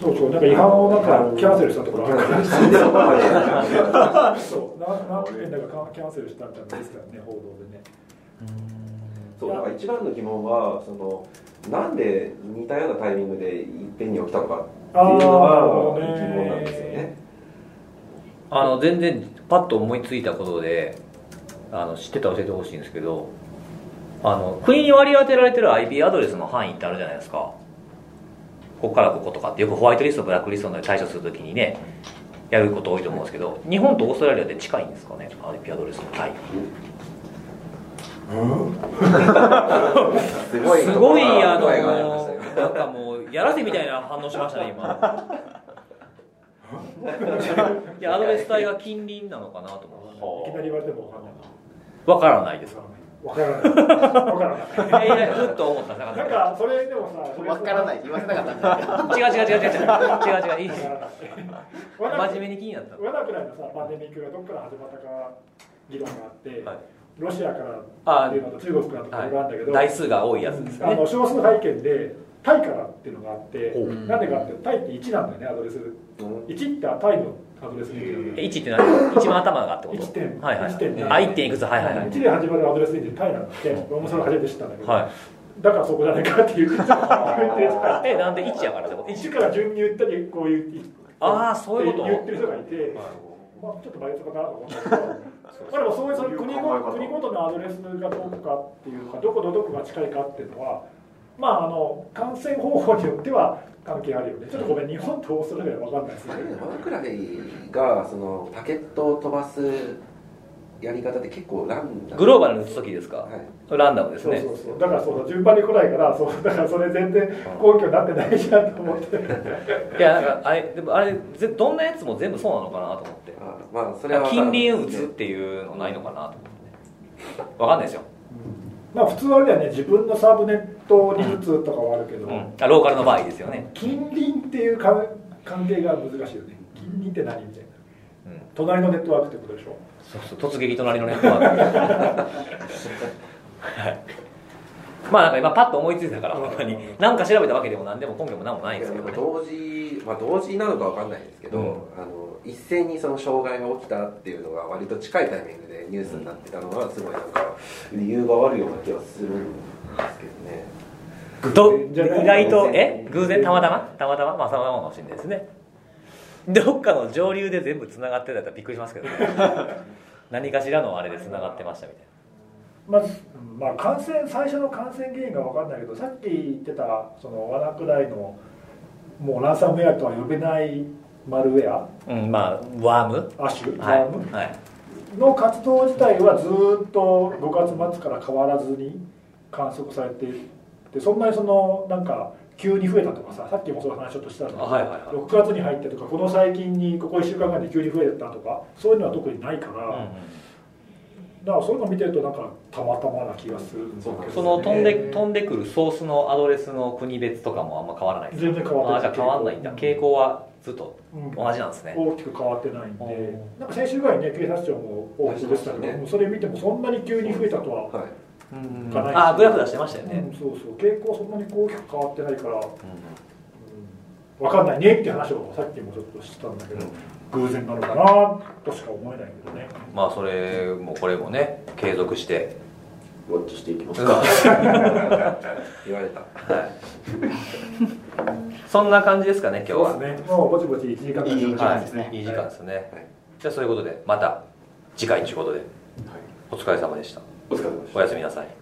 S3: そうそうなんか違反をなんかキャンセルしたところあるから
S2: 死んでそこまで
S3: そうな何件だかキャンセルしたみたいなのですからね報道でね
S2: そうだから一番の疑問はそのなんで似たようなタイミングでいっぺんに起きたのかっていうの
S3: あーなるほ
S2: が
S3: どね
S2: 疑問なんですよね
S1: あの全然パッと思いついたことであの知ってたら教えてほしいんですけどあの国に割り当てられてる IP アドレスの範囲ってあるじゃないですかここからこことかってよくホワイトリストブラックリストの対処するときにねやること多いと思うんですけど日本とオーストラリアって近いんですかね IP アドレスの範囲
S2: すごい
S1: すごいあ
S2: 声がありまし
S1: の
S2: たよ
S1: なんかもうやらせみたいな反応しましたね今 <laughs> いやアドレス帯が近隣なのかなと
S3: い
S1: 思
S3: きなり
S1: って
S3: 言われてもわかん
S1: わからな
S3: ない
S1: いです
S3: わからないわからない
S1: いやいやふっと思ったなん
S3: なん
S1: か
S3: かそれでもさ
S6: わからないい言わせなかったんだ
S1: 違う違う違う違う違う違う違ういい
S3: わからない
S1: 真面目に気になった
S3: わなくらいのさパンデミックがどこから始まったか議論があって、
S1: はい
S3: ロシアから
S1: あ
S3: っていうのと中国からとかいろいろあるんだけど、
S1: 台数が多いやつですよ
S3: あ
S1: ね
S3: の少数派意見でタイからっていうのがあって
S1: ほう
S3: なんでかっていうとタイって1なんだよねアドレス1ってタイのアドレスに
S1: え1って何一番頭がってこと
S3: 1点
S1: はいはい
S3: 1点
S1: あ1点いくつはいはいはい
S3: 1で始まるアドレスにタイなんだって俺もそれ初めて知ったんだけど、
S1: は
S3: だからそこじゃないかってい
S1: <laughs> い
S3: う
S1: えなんで1やからってこと
S3: 1から順に言ったりこういう
S1: ああそういうこと
S3: 言ってる人がいて、まあ、ちょっとバイトかなと思ったけど、まあ、でもそういうその国ご国ごとのアドレスがどこかっていうか、どことどこが近いかっていうのは、まあ、あの感染方法によっては関係あるよね、ちょっとごめん、日本とオーストラリアは分かんないです
S2: あれ
S3: ね。
S2: ワンクライがそのパケットを飛ばすやり方って結構ランダム
S1: グローバルに打つ時ですか、
S2: はい
S1: ランダムです
S3: そう
S1: ね
S3: そうそうだからそう順番に来ないからそうだからそれ全然根拠になってないじゃんと思って
S1: いやなんかあれでもあれぜどんなやつも全部そうなのかなと思って
S2: あまあそれは
S1: 近
S2: 分からない
S1: 隣打つっていうのないのかなと思ってわかんないですよ、
S3: まあ普通はあれだよね自分のサーブネットに打つとかはあるけど、
S1: うん、あローカルの場合ですよね、
S3: 近隣っていうか関係が難しいよね近隣って何みたいな
S1: うん、
S3: 隣のネットワークってことでしょ
S1: そうそう突撃隣のネット <laughs> ワークはいまあなんか今パッと思いついたから本当に何か調べたわけでも何でも根拠も何もないんですけどね
S2: 同時、まあ、同時なのかわかんないですけど、
S1: うん
S2: あの一斉にその障害が起きたっていうのが割と近いタイミングでニュースになってたのはすごいなんか理由があるような気がするんですけどね
S1: ど
S3: じゃない
S1: 意外とえ偶然たまたまたまたままあたまたまかもしれないですねどっかの上流で全部つながってたらびっくりしますけ <laughs> どね何かしらのあれでつながってましたみたい
S3: まず、うんまあ、感染最初の感染原因が分かんないけどさっき言ってたそのワナクダイのもうランサムウェアとは呼べないマルウェア
S1: なうんまあワーム
S3: アシュ、
S1: はい
S3: ワーム
S1: はい
S3: の活動自体はずーっと5月末から変わらずに観測されていてそんなにそのなんか急に増えたとかささっきもそういう話ちょっとしたんだけど、
S1: あはいはいはい
S3: 6月に入ってとかこの最近にここ1週間間で急に増えたとかそういうのは特にないから、だからそういうの見てるとなんかたまたまな気がするんだけどね、
S1: その飛んで飛んでくるソースのアドレスの国別とかもあんま変わらないです
S3: 全然変わ
S1: あ
S3: って
S1: じゃあ変わんないんだ傾向はずっと同じなんですね
S3: 大きく変わってないん
S1: お
S3: で
S1: ー
S3: なんか先週ぐらいね警察庁も報告でしたけ
S2: 出しまし
S3: ど、
S2: たね
S3: もうそれ見てもそんなに急に増えたとは、
S2: はい
S1: うん
S3: かない
S1: あグラフ出してましたよ
S3: う
S1: ね
S3: ん、そうそう傾向そんなに大きく変わってないから、うん、分かんないねって話をさっきもちょっとしたんだけど、偶然なのかなとしか思えないけどね
S1: まあそれもこれもね継続して
S5: ウォッチしていきますか
S1: は
S2: 言われた
S1: いそんな感じですかね今日は
S3: そうですねもうぼちぼち1時間ぐらい
S4: いい時間ですね
S1: はい、いい時間ですね、
S2: い
S1: じゃあそういうことでまた次回ということで、お疲れ様でした
S5: お疲れ様でした
S1: おやすみなさい